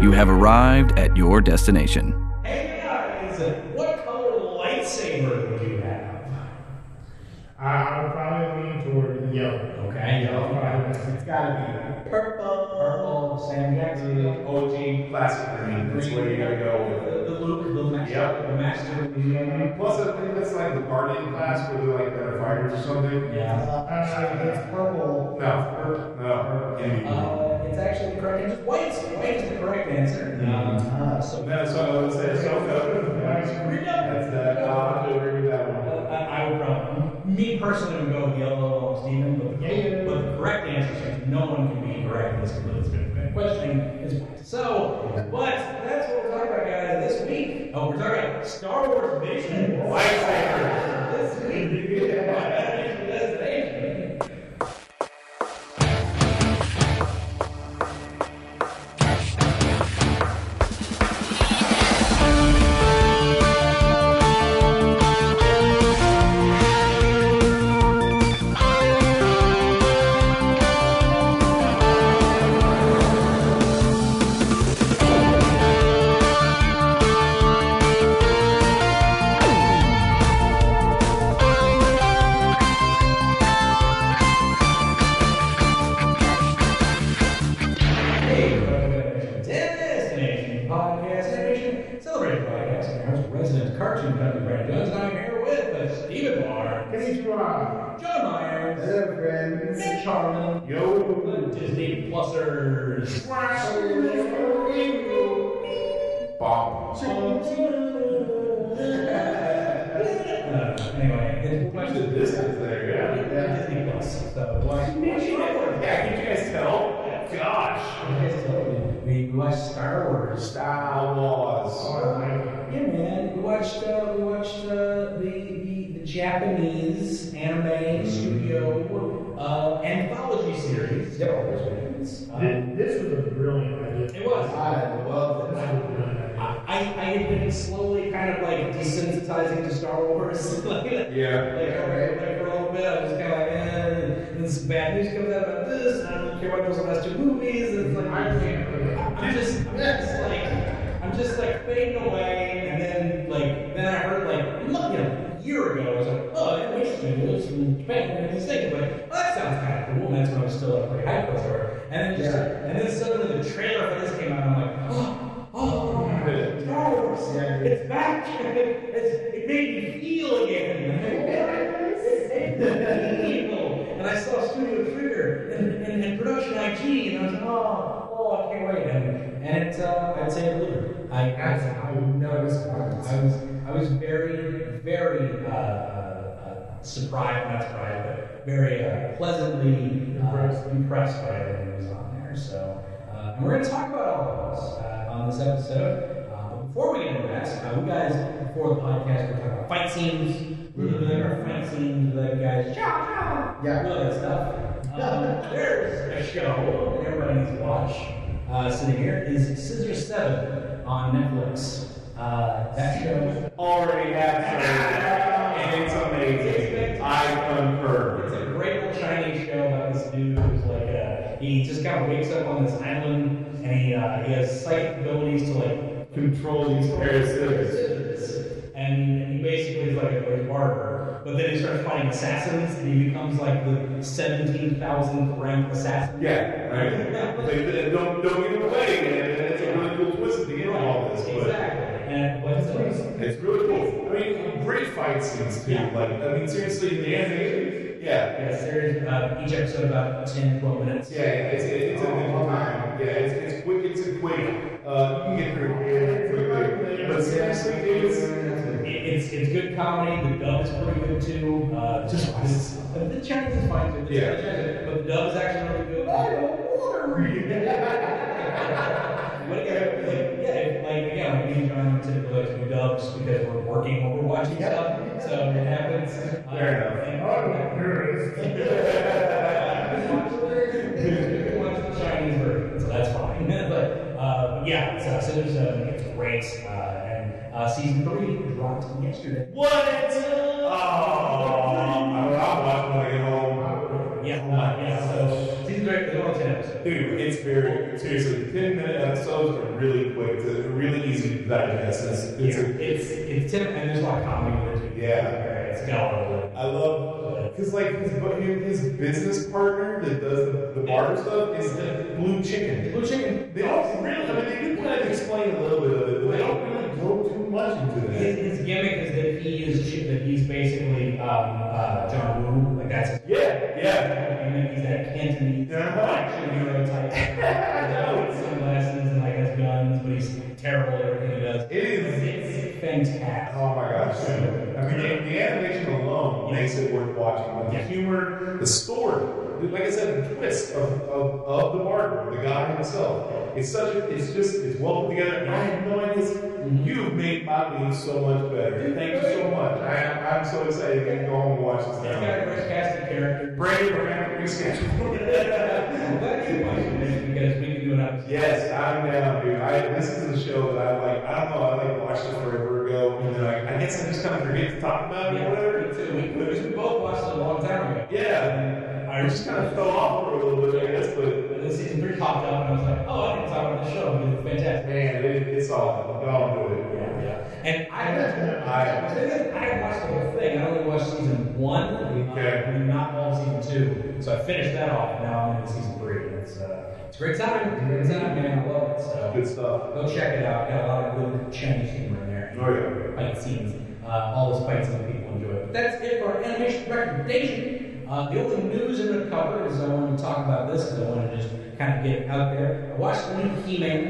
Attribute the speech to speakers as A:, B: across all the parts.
A: You have arrived at your destination.
B: Hey guys, what color lightsaber would you have?
C: I would probably lean toward yellow.
B: Okay,
C: Yellow,
B: yellow.
C: probably. It's gotta be.
B: Purple, Sam Jackson,
D: OG classic green. That's where you gotta go
B: the Luke, the master,
D: Yep.
B: the master.
D: with it. Plus, I think that's like the Guardian class where they're like the fighters or something.
B: Yeah.
C: Actually, it's Uh, purple.
D: No, no, Indian.
B: Uh, it's actually the correct answer. White, white is the correct answer. Uh, so
D: No, so let's say Ahsoka. That's that. Uh, I have to agree with that
B: I,
D: one.
B: I would probably, me personally would go with yellow almost even, but the,
C: Yeah.
B: but the correct answer, since no one can be correct in this completely question, is white. So, but that's what we're talking about, guys, this week. Oh, we're talking about Star Wars Vision lightsaber this week. That's it. Hey, welcome to Animation's Destination Podcast Animation Celebration Podcast. I'm your host, resident cartoon company Brad Jones, and I'm here with uh, Stephen Barr,
C: Konnichiwa.
B: John Myers,
C: Hello, friends.
B: Mitch Harlan,
D: Yo.
B: Disney Plusers.
D: Bob.
B: anyway,
D: Much of the distance there, yeah.
B: Disney Plus. So like,
D: Yeah, can you guys tell? Gosh.
B: we watched Star Wars.
D: Star Wars.
B: Yeah, man. We watched uh, we watched uh, the, the the Japanese anime studio uh, anthology series. Yep. Um,
C: Thi- This was a brilliant idea.
B: it was.
E: I love
C: This was
E: this.
C: a brilliant idea.
B: I, I had been slowly kind of like desensitizing to Star Wars. like, like,
D: Yeah.
B: like for a little bit, I was just kind of like, eh, and this bad news comes out about this, and I don't care about those last two movies. And it's like, I can't. I'm just, I'm just like, I'm just like fading away, and then like, then I heard like, look, you know, a year ago, I was like, oh, that interesting. It was from Japan, and these things, but well, that sounds kind of cool. And that's when I was still like pretty hyped for it. And then just,
E: Yeah.
B: and then suddenly the trailer for this came out, and I'm like, oh, oh. Star Wars. It's back. It's, it made me feel again. Feel. and I saw Studio Trigger and, and, and Production IG, and I was like, oh, oh, I can't wait. And, and it's, uh, I'd say it delivered. I, I, I noticed. I was, I was very, very uh, uh, surprised, not surprised, but very uh, pleasantly
C: Impressed.
B: impressed, uh, impressed by everything that was on there. So, uh, and we're going to talk about all of this uh, on this episode. Uh, but before we get into that, uh, we guys, before the podcast, we're talking about fight scenes. We like our fight scenes, we like guys, chow, chow,
E: Yeah.
B: all that stuff. Um, there's a show that everybody needs to watch. Uh, sitting here is Scissor Seven on Netflix. Uh, that show.
D: Already have some. And it's amazing. I concur.
B: It's a great little Chinese show about this dude who's like, uh, he just kind of wakes up on this island and he, uh, he has psychic abilities to like
D: Control these parasites.
B: and he basically is like a barber. But then he starts fighting assassins and he becomes like the 17,000th ranked assassin.
D: Yeah, right. Like, th- don't don't give it away, man. That's a really cool twist at the end of all this. But
B: Exactly. And but it's amazing.
D: it's really cool. I mean, great fight scenes too.
B: Yeah.
D: Like, I mean, seriously, the animation. Yeah,
B: Yeah, series, uh, each episode about 10, 12 minutes.
D: yeah. It's it's a different time. Yeah, it's it's quick. It's a quick. Uh, you can get through it quickly. But seriously, it's
B: It- It's, it's good comedy. The dub is pretty good too. Uh, just it's- the Chinese is fine too. The
D: Yeah.
B: Chinese- but the dub is actually really good. I don't want to read. but yeah, like, yeah, if, like again, like me and John typically like to do dubs because we're working while we're watching stuff, so it happens.
D: Fair
C: Oh,
B: enough.
C: here it is.
B: Watch the Chinese version, so that's fine. but uh, but yeah, it's, uh, Cinder Seven, it's great, uh, and uh, season three dropped yesterday.
D: what? Oh, I watch when I get home.
B: Yeah, uh, yeah. So season three, there's only ten episodes.
D: dude, it's very seriously ten minute episodes are really quick, to, really easy to digest. It's, it's a-
B: It's it's ten, and there's a lot of comedy in it. too.
D: Yeah.
B: it's got a lot of.
D: I love because like his, bu- his his business partner that does the, the bar stuff is the Blue Chicken.
B: Blue chicken.
D: They don't really, I mean, they do kind of explain a little bit of it, but they don't really go too much into
B: His,
D: that.
B: his gimmick is that he is chi- that he's basically um, uh, John Woo, like that's his
D: Yeah, yeah.
B: and then he's that Cantonese
D: Uh-huh.
B: action hero type. with sunglasses and like has guns, but he's terrible at everything he does.
D: It is.
B: It's fantastic.
D: Oh my gosh. I mean, the, the animation alone makes it worth watching. But The
B: Yeah.
D: humor, the story, like I said, the twist of, of, of the barber, the guy himself. It's such a, it's just, it's well put together. And I had no idea. You've made my week so much better. Thank you so much. I am, I'm so excited to go home and watch this
B: It's got a
D: now.
B: great cast of characters.
D: Brady, we're going to reschedule.
B: I'm glad you watched this because we can do an episode.
D: Yes, I'm down, dude. I, this is a show that I like. I don't know. I like watched it forever ago, and then I, I guess I just kind of forget to talk about it or
B: Yeah,
D: whatever.
B: me too. We, we both watched it a long time ago.
D: Yeah, I just kind of fell off for a little bit, I guess. But
B: And then season three popped up, and I was like, oh, I didn't talk about the show. It was fantastic.
D: man, it, it's all y'all do it.
B: Yeah, yeah. And I,
D: I-
B: I watched the whole thing. I only watched season one. uh,
D: Okay.
B: and not all of season two. So I finished that off. and Now I'm in season three. and It's uh, it's a great time. It's a great time, man. I love it. So
D: Good stuff.
B: go check it out. Got a lot of good Chinese humor in there.
D: Oh
B: Fight scenes. Uh, all those fight scenes people enjoy. But that's it for our animation recommendation. Uh, the only news I'm going to cover is I want to talk about this because I want to just kind of get it out there. I watched the new He-Man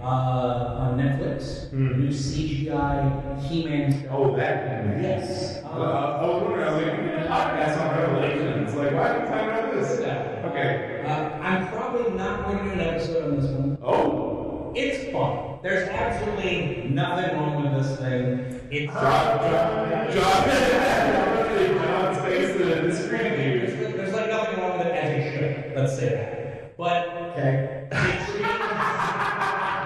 B: uh, on Netflix. New CGI He-Man.
D: yeah. Oh, that.
B: Yes.
D: Uh, I was wondering. I was like, we did a podcast on Revelation. It's like, why are we talking about this? Okay.
B: Uh, I'm probably not going to do an episode on this one.
D: Oh.
B: It's fun. There's absolutely nothing wrong with this thing. It's
D: John, John, John, John's face the, the screen,
B: there's,
D: dude.
B: there's like nothing wrong with it as it should. Let's say that. But
D: Okay.
B: they change,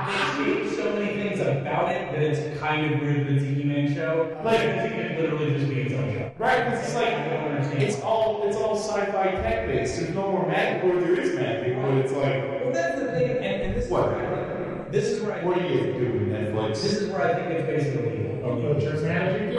B: they change so many things about it that it's kind of weird that it's a He-Man show.
D: Like-
B: it could literally just be its own show.
D: Right, 'cause it's
B: I don't
D: like
B: understand.
D: it's all it's all sci-fi tech based. There's no more magic, or there is magic, but it's like
B: well, that's the thing, and, and this
D: What?
B: is this is where I
D: what are you doing,
B: this
D: Netflix?
B: is where I think it's basically
F: Of the church magic.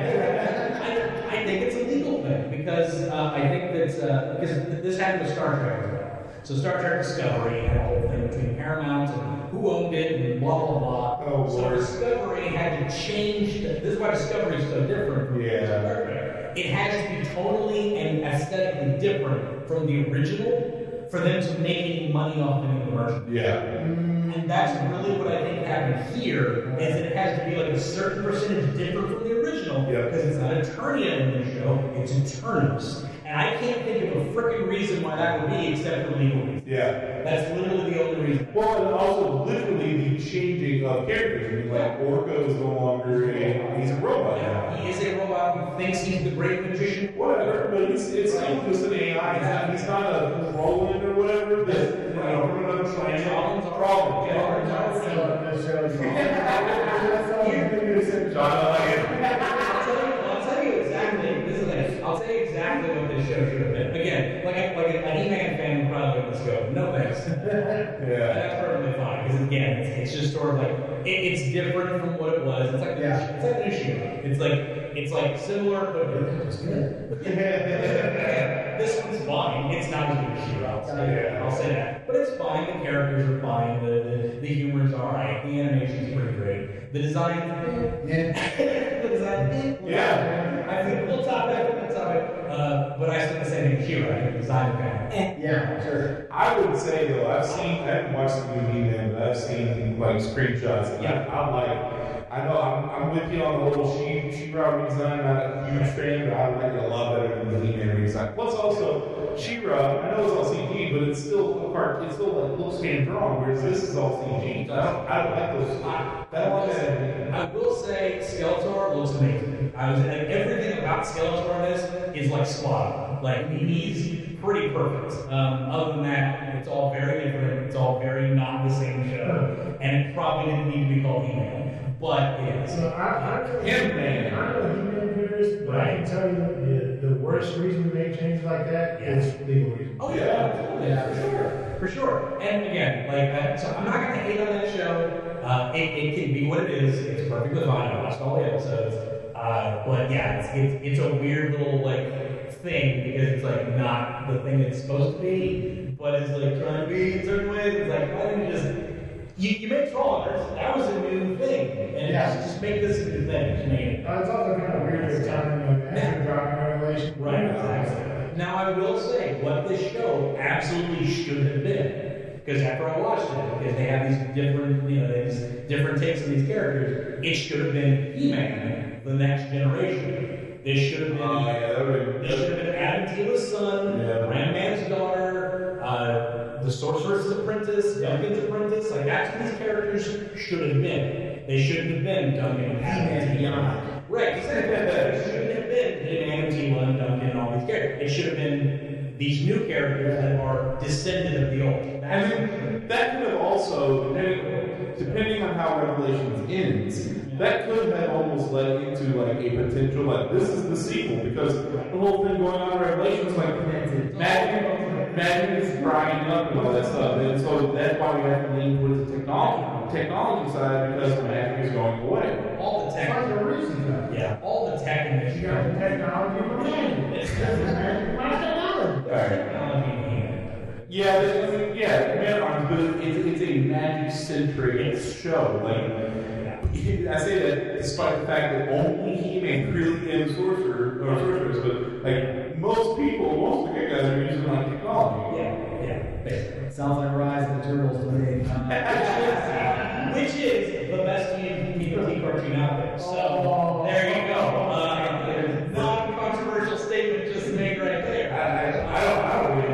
B: I, I think it's a legal thing because uh, I think that uh, because th- this happened with Star Trek as well. So Star Trek Discovery had a whole thing between Paramount and who owned it and blah blah blah.
D: Oh,
B: so
D: Lord.
B: Discovery had to change. The, this is why Discovery is so different. From
D: Yeah.
B: Star Trek. It has to be totally and aesthetically different from the original for them to make any money off the new commercial.
D: Yeah.
B: And that's really what I think happened here, is it has to be like a certain percentage different from the original,
D: Yeah.
B: because it's not Eternia in the show, it's Eternus. And I can't think of a freaking reason why that would be except for legal reasons.
D: Yeah.
B: That's literally the only reason.
D: Well, and also literally the changing of characters. I mean, like Orko is no longer a he's a robot now.
B: He is a robot who thinks he's the great magician.
D: Whatever, but it's it's still just an AI. He's not, he's not a Roland or whatever. That you know from another planet.
B: Roland's a-
D: Problem.
B: Yeah, Roland's a-
F: That's all this show's all. That's all the
D: John, I like it.
B: I'll tell you, I'll tell you exactly. This is like, I'll tell you exactly what this show should have been. Again, like a, like a, an E-Man fan would probably go, this show. No thanks. And
D: Yeah.
B: That's perfectly fine because again, it's, it's just sort of like it, it's different from what it was. It's like the-
F: Yeah.
B: it's like Ushio. It's like it's like similar, but it was good. this one's fine. It's not as good as Shiro. I'll say,
D: Yeah.
B: I'll say that. But it's fine. The characters are fine. The the, the humor is all right. The animation's pretty great. The design, eh.
F: Yeah.
B: the design, eh.
D: Yeah.
B: I think we'll top that. We'll top it. Uh, but I still say the Shiro. I think the design is kind of. Eh.
F: Yeah, sure.
D: I would say though, I've seen, I haven't watched the movie then, but I've seen like screenshots. And
B: Yeah.
D: I, I'm like, I know I'm, I'm with you on the whole she she Ra redesign. Not a huge fan, but I like it a lot better than the He Man redesign. Plus, also She Ra, I know it's all CG, but it's still a part. It still like looks hand drawn, whereas this is all CG. I don't, I don't like those. I don't like that.
B: I will say Skeletor looks amazing. I was like, everything about Skeletor in this is like spot on. Like he's pretty perfect. Um, other than that, it's all very different. It's all very not the same show, and it probably didn't need to be called He-Man, but it is.
F: So I, I know
D: Him, man.
F: I know he man viewers, but I
B: Right.
F: can tell you the, the worst reason to make changes like that is legal reason.
B: Oh yeah, absolutely, for sure, for sure. And again, like I, so, I'm not gonna hate on that show. Uh, it, it can be what it is. It's perfectly fine. I watched all the episodes. Uh, but yeah, it's, it's it's a weird little like thing because it's like not the thing it's supposed to be, but it's like trying to be in certain ways. It's like why didn't you just you, you make Trollhunters? That was a new thing, and
F: Yeah.
B: just, just make this a new thing. Just make it.
F: Uh, it's also kind of weird with time and after dropping revelation.
B: Right, exactly. Now, I will say what this show absolutely should have been, because after I watched it, because they have these different, you know, these different takes on these characters, it should have been He-Man, the next generation. This should have been.
D: Oh, yeah, that would
B: This should have been Adam Tila's son,
D: Yeah.
B: Ram Man's daughter, uh, the Sorceress's Apprentice, Duncan's Apprentice. Like that's what these characters should have been. They shouldn't have been Duncan, Adam, and Tiana. Right, exactly. It shouldn't have been Adam, Tila, and Duncan, and all these characters. It should have been these new characters that are descended of the old.
D: And
B: That's-
D: then that could have also, depending, depending on how Revelations ends, that could have almost led into like a potential like this is the sequel because the whole thing going on in Revelations like Madden, Madden is drying up and all that stuff, and so that's why we have to lean towards the technology technology side because Magic is going away.
B: all the
F: There's
B: tech.
F: a reason though.
B: Yeah, all the tech in this
F: You got
B: show.
F: the technology for that. Why is that matter?
D: All right.
B: Technology and He-Man.
D: Yeah, it's- yeah, Man Arms, but it's, it's a magic centric show. Like, I say that despite the fact that only He Man really is sorcerer or sorcerers, but like most people, most of the good guys are using like technology.
B: Yeah, yeah, basically.
G: Sounds like Rise of the Turtles to me. Uh,
B: Which is the best E TMT cartoon out there. So
F: Oh.
B: there you go. Uh, non-controversial statement just made right
D: I,
B: there.
D: I, I don't, I don't even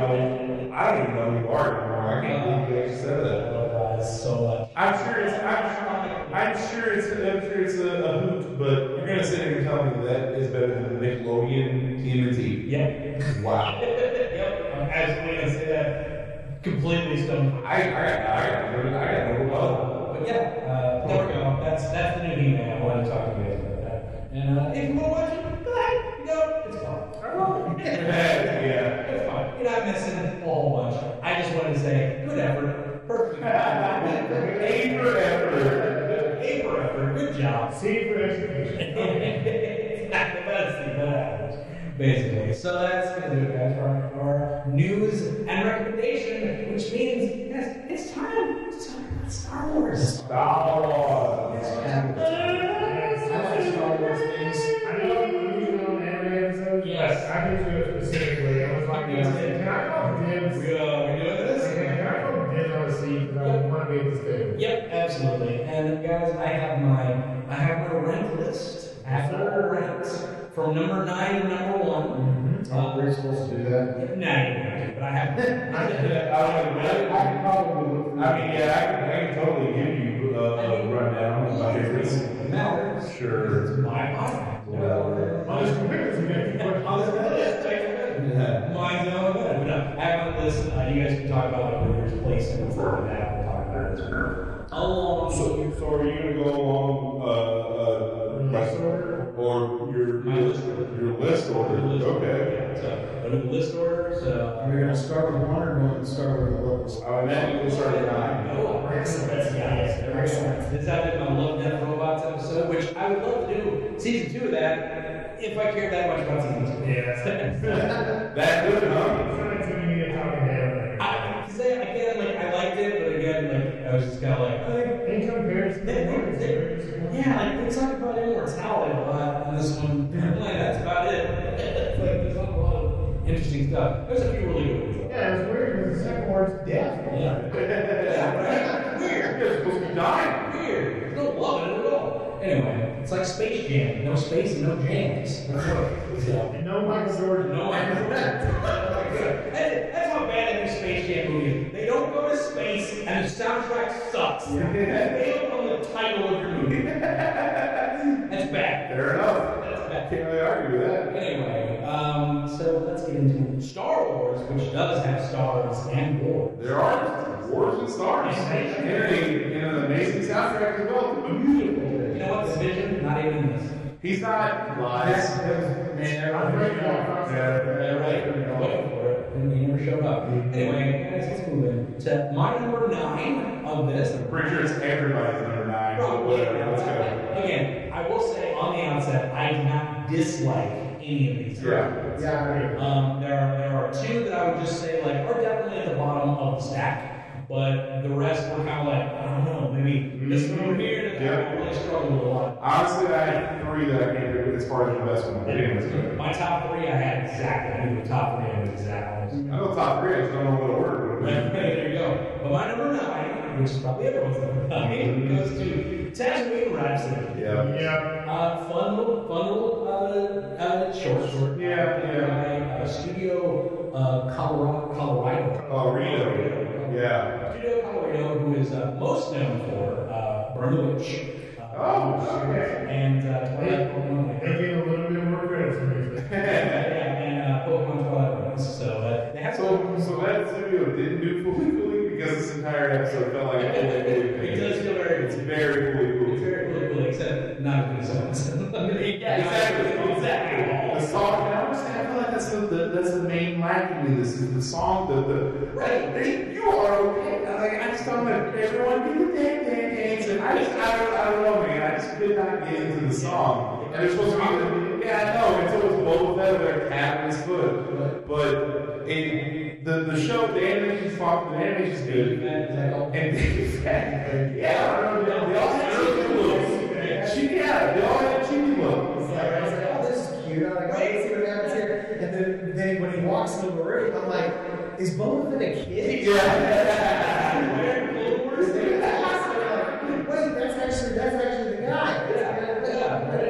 D: know. I don't even know who you are anymore. I can't believe you actually said that.
B: so much.
D: I'm sure it's I'm, I'm sure it's I'm sure it's a, a hoot, but you're gonna sit here and tell me that is better than the Nickelodeon TMNT.
B: Yep.
D: Wow.
B: Yep. I'm absolutely gonna say that. Completely stoned.
D: I, I, I, I got no love.
B: But yeah, uh, there we go. That's that's the new email I wanted to talk to you guys about that. And uh, if you want to watch it, go ahead. You know, it's fine. I won't.
D: yeah.
B: It's fine. You're not missing a whole bunch. I just wanted to say, good effort. Perfect.
D: A for effort.
B: Paper effort. Good job.
F: See for explanation.
B: it's not the best thing that happened, basically. So that's going to do it, guys, for our, our news and recommendation, which means, yes, it's time to talk about Star Wars.
D: Star Wars.
G: I like Star Wars things.
F: I know I'm using it on every episode.
B: Yes.
F: I did do it specifically. I was like,
B: Yes.
F: can I call dibs?
B: We, uh, we doing
F: Can
B: this?
F: I call dibs on a seat? Because I want to be at this table.
B: Yep, absolutely. And guys, I have my I have my rank list. I have four ranks from number nine to number one.
G: Aren't we supposed to do that?
B: Nine, but I have.
D: I would- I could probably- I mean, yeah, I can, I can totally give you a, a rundown of my favorites.
B: Matters.
D: Sure.
B: My body.
D: Well,
F: I'll just compare it to me.
B: On the list, I can
D: yeah.
B: Mine's not bad. But no, I have a list. Uh, you guys can talk about like where there's place and before that. We'll talk about this. Along.
D: So, so are you gonna go along, uh, uh,
F: List order?
D: or your
B: My list order.
D: Your list order. Okay.
B: Yeah, so I'm in the list order. So.
G: Are we going to start with one or going to start with the lowest?
D: I would imagine we'll start at nine.
B: No, Excellent. Yes, there we go. This happened in my Love Death Robots episode, which I would love to do season two of that if I cared that much about season two.
F: Yeah.
D: That good, huh?
F: It's not too many to talk about.
B: I, cause I, again, like I liked it, but again, like I was just kind of like, eh,
F: In comparison,
B: They-
F: it's
B: they-
F: very
B: they-
F: small.
B: Yeah, like they talk about immortality a lot in this one. I'm like, that's about it. It's like there's not a lot of interesting stuff. There's a few really good ones.
F: Yeah, it's weird because the second word's death.
B: Yeah. yeah right? Weird.
D: You're supposed to be dying.
B: Weird. There's no love in it at all. Anyway, it's like Space Jam. No space and no jams. That's what. So.
F: And no Michael Jordan.
B: No, I That- That's how bad every Space Jam movie is. They don't go to space, and the soundtrack sucks. They don't own the title of your movie. That's bad.
D: Fair enough. I can't really argue with that.
B: Anyway, um, so let's get into Star Wars, which does have stars and war.
D: There are wars and stars. And, a, and an amazing soundtrack as well.
B: You know what? The vision, not even this.
D: He's not
G: Lies.
D: That's, Man,
F: I'm
D: everybody-
F: right now.
D: Yeah, everybody-
B: Right, waiting for it, and he never showed up. Anyway, guys, let's move in to my number nine of this.
D: I'm pretty sure it's everybody's number nine,
B: Bro,
D: but whatever, let's go.
B: Again, I will say on the onset, I do not dislike any of these.
D: Yeah.
F: Yeah, I agree.
B: Um, there are there are two that I would just say like are definitely at the bottom of the stack, but the rest were kind of like I don't know maybe this one over here that
D: Yeah.
B: I really struggled with a lot.
D: Honestly, I had three that I can't agree with as far as the best one. Anyways, go.
B: My top three I had exactly I knew the top three I knew exactly.
D: I know top three, I just don't know what order. it would be.
B: there you go. But my number nine, which is probably everyone's number nine, goes to Tatooine Rhapsody.
D: Yeah.
F: Yeah.
B: Uh, fun little, fun little uh, uh, short short.
D: Yeah,
B: yeah. Uh, studio uh, Colorado, Colorado.
D: Oh, Rito. Yeah.
B: Judo Colorado, who is uh, most known for uh, Burn the Witch. Uh,
D: Oh, okay.
B: and uh, Twilight Pokemon.
F: They get a little bit more credit for me.
B: And uh, Pokemon Twilight Princess. So uh, they have some.
D: So, so that studio didn't do fully fully because this entire episode felt like a fully fully
B: It does feel very.
D: It's very fully
B: It's
D: fully.
B: very really cool, except not as good as someone said.
D: Yeah, exactly, The song, and I was saying, I feel like that's the, the that's the main lacking in this is the song, the the right. They, you are okay. I was like, I just don't know. Everyone do the dance, dance, dance, and I just I don't I don't know, man. I just could not get into the song. And it's supposed to be the, yeah, I know. It's always both of their cat and his foot, but it the the show the animation's fun, the animation's good. And they had, yeah, I remember they- they all had chicken looks. She, yeah, they all had chicken looks.
H: It's like, I was like, oh, this is cute. I'm like, oh, let's see what happens here. And then, then when he walks into the room, I'm like, is Boba Fett a kid? Wait, that's actually that's actually the guy. That's- that's-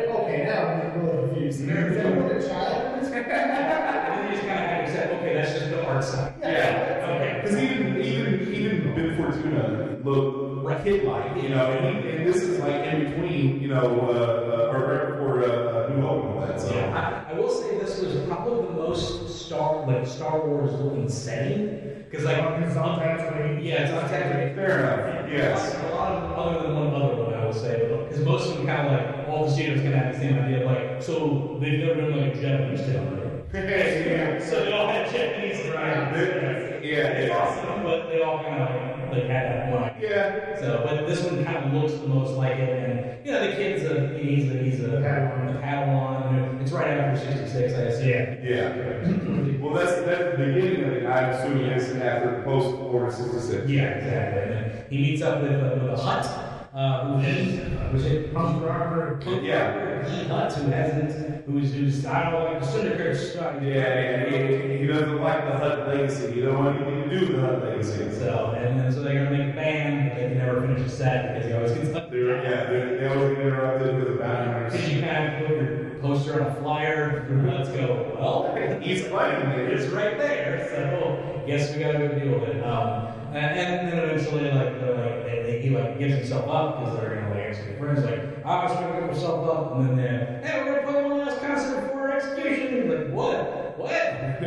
H: Okay, now I'm a little confused. Is that what a child is?
B: And they just kind of had to accept, okay, that's just the art side.
D: Yeah.
B: Okay.
D: Because even even even Bib Fortuna looked kid like, you know, and, he, and this is like in between, you know, uh, uh, or right before uh, uh, New Hope and all that. So
B: Yeah, I, I will say this was probably the most Star like Star Wars looking setting because like
F: It's all Tatooine.
B: yeah, it's not technically
D: fair enough. Yes.
B: A lot of other than one other one, I would say, because most of them kind of like all the studios kind of have the same idea, of like so they've never done like a Japanese film,
D: yeah.
B: right? So they all had Japanese, right?
D: Yeah. Yeah.
B: awesome, but they all kind of like had that one. idea.
D: Yeah.
B: So, but this one kind of looks the most like it, and you know the kid's a he's a he's a
F: Padawan.
B: a Padawan. It's right after '66, I assume.
F: Yeah.
D: Yeah. Well, that's that's the beginning of it. I'm assuming it's after post Order 66.
B: Yeah, exactly. And then he meets up with, uh, with a Hutt, uh, who he, which is
F: Punk rocker.
D: Yeah.
B: he Hutt, who hasn't, who's who's I don't like the syndicate stuff.
D: Yeah, and he, he doesn't like the Hut legacy. He don't want anything to do with the Hut legacy.
B: So and then so they're gonna make a band, but they can never finish a set because he always gets up.
D: They were, yeah, they, they always get interrupted with the bounty
B: Did
D: hunters.
B: you kind of put your poster on a flyer? Let's go. Well,
D: He's playing
B: it's right there. So yes, we gotta go deal with it. Um, and, and then eventually, like, they're like they, they, he like gives himself up because they're gonna like actually be friends. Like, I was gonna give myself up, and then they're, hey, we're gonna play one last concert before our execution. He's like, what? What? Sad.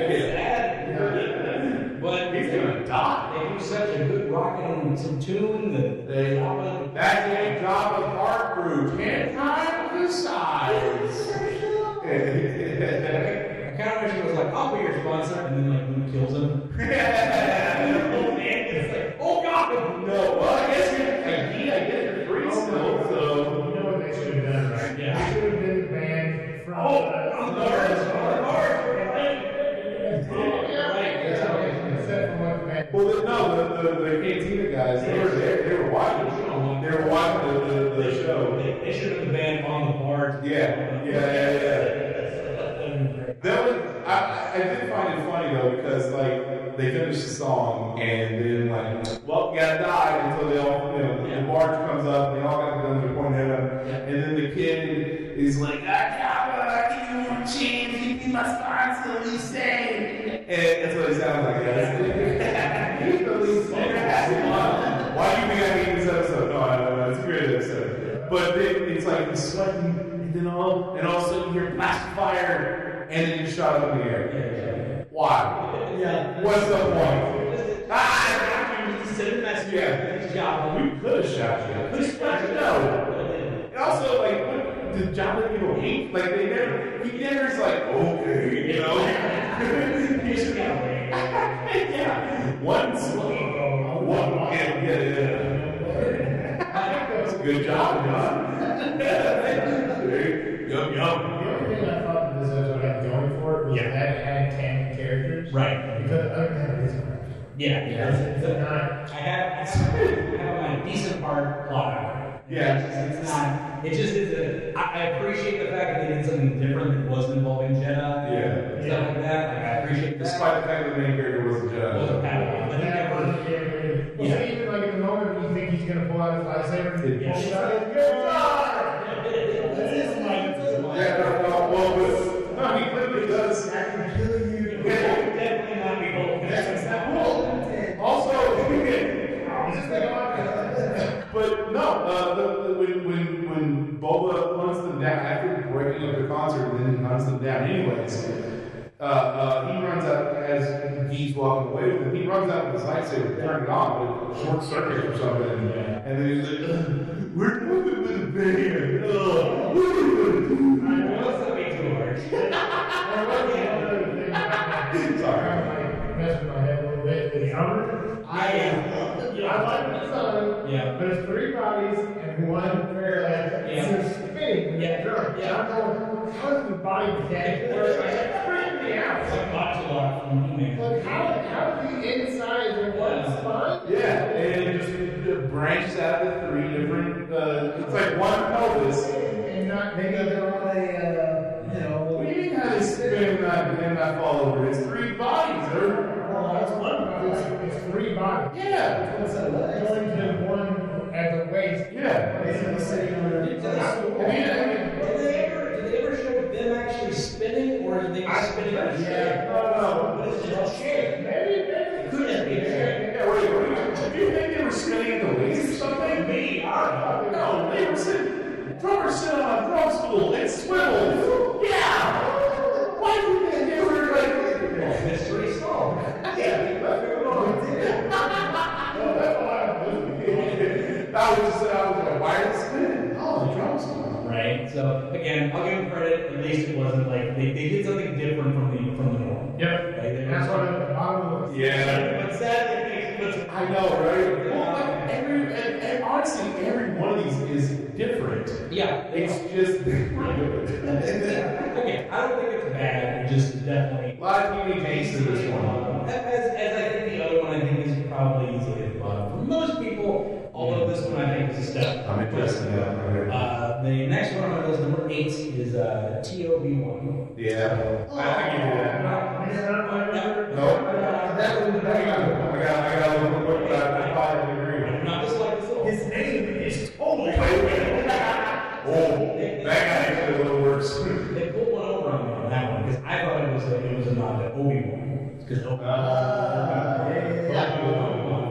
B: but
D: He's gonna die.
B: They do such a good rock and some tune that
D: They-
B: Jabba-
D: That ain't job of our crew. Ten times the size.
B: I kind of wish it was like, I'll be your sponsor, and then like Luke kills him. oh man, it's like, oh god,
D: no, well, I guess you I get it for free still, so.
F: You know what they should have done, right?
B: Yeah.
F: They should have been the band from. uh,
B: Oh, I'm sorry, I'm sorry. Right, that's how it is.
F: Except for what the band.
D: Well, the, no, the, the, the Cantina guys, they were there, they were watching. They were watching the, the, the show.
B: They, they should have been banned on the bar.
D: Yeah, yeah, yeah, yeah. That was, I, I did find it funny though because like they finished the song and then like well we gotta die until they all you know the barge comes up and they all got guns they're pointing at him and then the kid is like I can't I give you one chance you be my sponsor we say and that's what it sounds like yeah. It's- it's really- why do you think I hate this episode no I don't know it's a great episode but then it's like he's sweating and then all and all of a sudden you hear blast fire and then you shot up in the air why
H: Yeah.
D: what's the point ah yeah
B: Job.
D: we could have shot you. No. And also, like, what- did John Lithgow wink? Like they never, he never is like, okay, you know. He's just kind of like, yeah, once, one, one, yeah, yeah, yeah. That's a good job, John. yum
F: The
D: yum.
F: only thing I thought that this episode had going for it was
B: Yeah.
F: that it had canon characters.
B: Right.
F: Because other than that, it's not.
B: Yeah,
F: It's, it's not.
B: I have, I have, I have my decent part plot out.
D: Yeah.
B: It's, it's not, it just, it's a, I, I appreciate the fact that they did something different that wasn't involving Jedi.
D: Yeah.
B: Stuff like that. Like, I appreciate that.
D: Despite the fact that the main character was a Jedi.
B: Wasn't Padawan, but he
F: that
B: never-
F: was canon. Well,
B: Yeah.
F: so even like at the moment when you think he's gonna pull out his lightsaber, he
D: Yeah.
F: pulls it out. Yeah.
D: Yeah, no, no, well, but, no, he clearly does actually kill you.
B: Definitely not be bold.
D: That's not cool. Also,
F: Is this thing on?
D: But no, uh, the, the, when, when, when Boba hunts them down, after breaking up the concert and then hunts them down anyways, uh, uh, he runs out, as he's walking away with him, he runs out with his lightsaber, turn it on, but it short circuit or something. And then he's like, "Ugh, we're moving with a band. Ugh, what are we going to
B: Well, let's not be too harsh.
F: Or what the other thing about
D: do? Sorry.
F: like messing my head a little bit. The armor.
B: I uh, am.
F: I like the sun.
B: Yeah.
F: But it's three bodies and one parallel.
B: Yeah.
F: It's a spinning.
B: Yeah.
F: Drunk.
B: Yeah.
F: I'm going, how is the body dead? It's freaking me
B: It's
F: out.
B: like Bachelor from He-Man.
F: Like, how, how is the inside of one
B: Yeah.
F: spine?
D: Yeah, and it just it branches out to three different, uh, it's like one pelvis.
F: And not,
H: Maybe they're on a, uh, you know.
D: What do you mean how they spin that and then I fall over? It's three bodies, or
F: well, that's one body. It's, it's three bodies.
D: yeah,
H: What's that?
F: Going to one at the waist.
D: yeah.
H: Basically sitting on a.
B: Did they ever, did they ever show them actually spinning, or did they just spinning on a
D: Yeah,
B: chair?
D: no, no.
B: But it's just a chair.
F: Maybe, maybe.
B: Couldn't be a chair.
D: Yeah, wait, wait. Do you think they were spinning at the waist or something?
B: Me, I
D: Uh, No, they were sitting. Drummer sit on a drum stool. It swiveled. Yeah. Why do you think they were like?
B: Mystery solved.
D: Oh, that's why I was thinking. I was just uh, I was like, why is it spinning? Oh, the drum stool.
B: Right. So again, I'll give them credit. At least it wasn't like they, they did something different from the from the norm.
F: Yep.
B: Like, they
F: And that's what the bottom was.
D: Yeah.
B: But sadly, they- but-
D: I know, right? Well, like every, and, and honestly, every one of these is different.
B: yeah, they-
D: It's just different.
B: okay. I don't think it's bad. It just definitely.
D: a lot of unique taste in this one.
B: As, as I think the other one, I think is probably easily at the bottom for most people. Although this one, I think is a step.
D: I'm adjusting that.
B: Uh, the next one on my list, number eight, is uh, TOB one.
D: Yeah. I can do that.
F: It's not my number.
B: Uh,
D: No.
H: That would be
D: I got,
H: better.
D: I got, I got a little book that I probably agree
B: I do
D: with.
B: not dislike this at all.
H: His name is.
D: Holy Oh, that guy actually a little worse.
B: They pulled one over on me on that one because I thought it was a, it was a nod to Obi Wan because Obi Wan.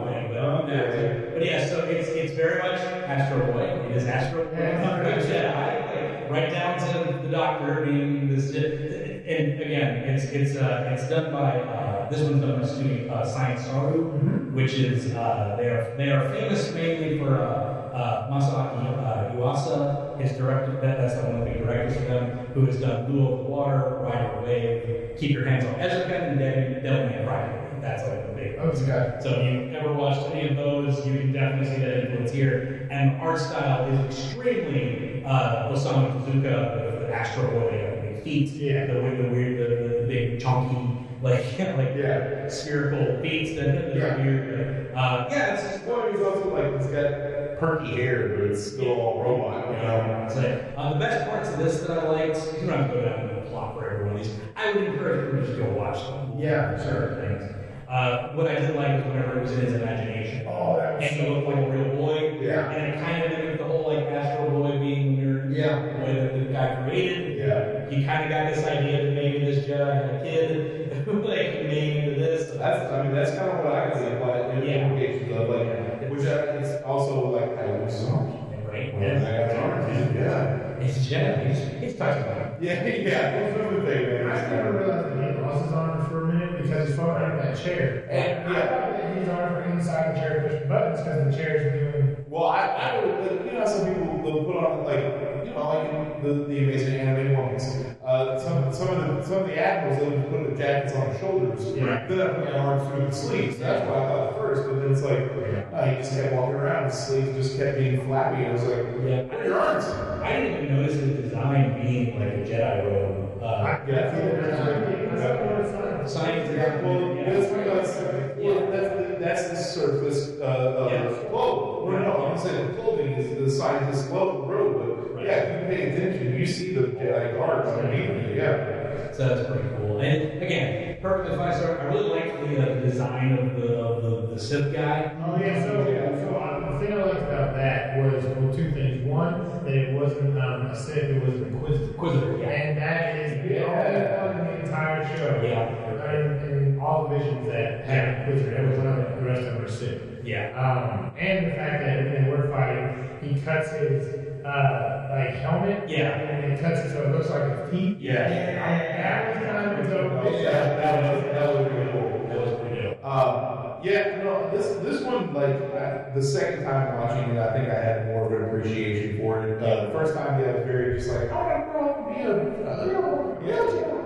B: But yeah, so it's it's very much Astro Boy. It is Astro Boy, not a Jedi, like, right down to the Doctor being this. Je- And again, it's it's uh, it's done by uh, this one's done by Studio uh, Science Saru, which is uh, they are they are famous mainly for. Uh, uh, Masaaki uh, Yuasa is directed that. That's one of the big directors for them, who has done Blue of the Water, Ride Your Wave, Keep Your Hands on Ezokin, and Devil Devil May Cry. That's like the big.
F: Oh, it's good.
B: So if you ever watched any of those, you can definitely see that influence here. And the art style is extremely uh, Osamu Tezuka with the Astro Boy on the feet,
F: Yeah.
B: the, wi- the weird, the, the, the big chonky, like like
D: Yeah.
B: spherical feet that, that are
F: Yeah.
B: weird. Uh, yeah, it's just
D: Well, he's also like, it's got perky hair, but it's still all robot, you know?
B: So, um, uh, the best parts of this that I liked, you don't have to go down to the plot for every one of these. I would encourage people to just go watch them.
F: Yeah,
B: sure. Things. Uh, what I did like was whenever it was in his imagination.
F: Oh, that was
B: And he
F: so
B: looked like a real boy.
D: Yeah.
B: And it kind of mimicked the whole like Astro Boy being the nerd
H: Yeah.
B: boy that the guy created.
D: Yeah.
B: He kind of got this idea that maybe this Jedi had a kid who like made into this.
D: That's, I mean, that's kind of what I can see applied in the
B: Yeah.
D: implications of, like, which I, it's also like, I lose songs.
B: right.
D: I got songs, yeah.
B: It's Jedi. He's, he's touched by it.
D: Yeah, yeah. That's another thing, man.
F: I never realized that he lost his arm for a minute because he's falling out of that chair.
D: And-
F: And I thought that his arms were inside the chair pushing buttons because the chair's doing.
D: Well, I, I would, like, you know, how some people will put on, like, you know, not like the, the amazing anime One Piece. Uh, some, some of the some of the admirals they would put the jackets on the shoulders.
F: Right.
D: Then I put my arms through the sleeves. That's what I thought at first, but then it's like uh, he just kept walking around. His sleeves just kept being flappy. I was like,
B: Yeah.
D: Where are your arms?
B: I didn't even notice his design being like a Jedi robe. Uh,
D: Yeah.
B: science
D: Well, that's what that's, well, that's, the, that's the surface uh, of
B: Yeah.
D: whoa. Well, no, I'm saying clothing is the scientist level road, but yeah, if you pay attention, you see the Jedi guards underneath you. Yeah.
B: So that's pretty cool. And again, perfectly five star. I really liked the, uh, the design of the of the, the Sith guy.
F: Oh yeah, so so uh, the thing I liked about that was well, two things. One, that it wasn't um, a Sith; it was an Inquisitor.
B: Inquisitor, yeah.
F: And that is the
D: Yeah.
F: only one in the entire show.
B: Yeah.
F: In, in all visions that had an Inquisitor, every one of them, the rest of them are Sith.
B: Yeah.
F: Um, and the fact that when they were fighting, he cuts his uh, like helmet.
B: Yeah.
F: And it cuts it so it looks like a feet. That was kind of
D: That
F: dope.
D: was, that was, that was really cool.
B: That was pretty dope.
D: Um, yeah, no, this this one like I, the second time watching it, I think I had more of an appreciation for it. Uh, the first time, yeah, I was very just like, oh my god, be a, a hero." yeah,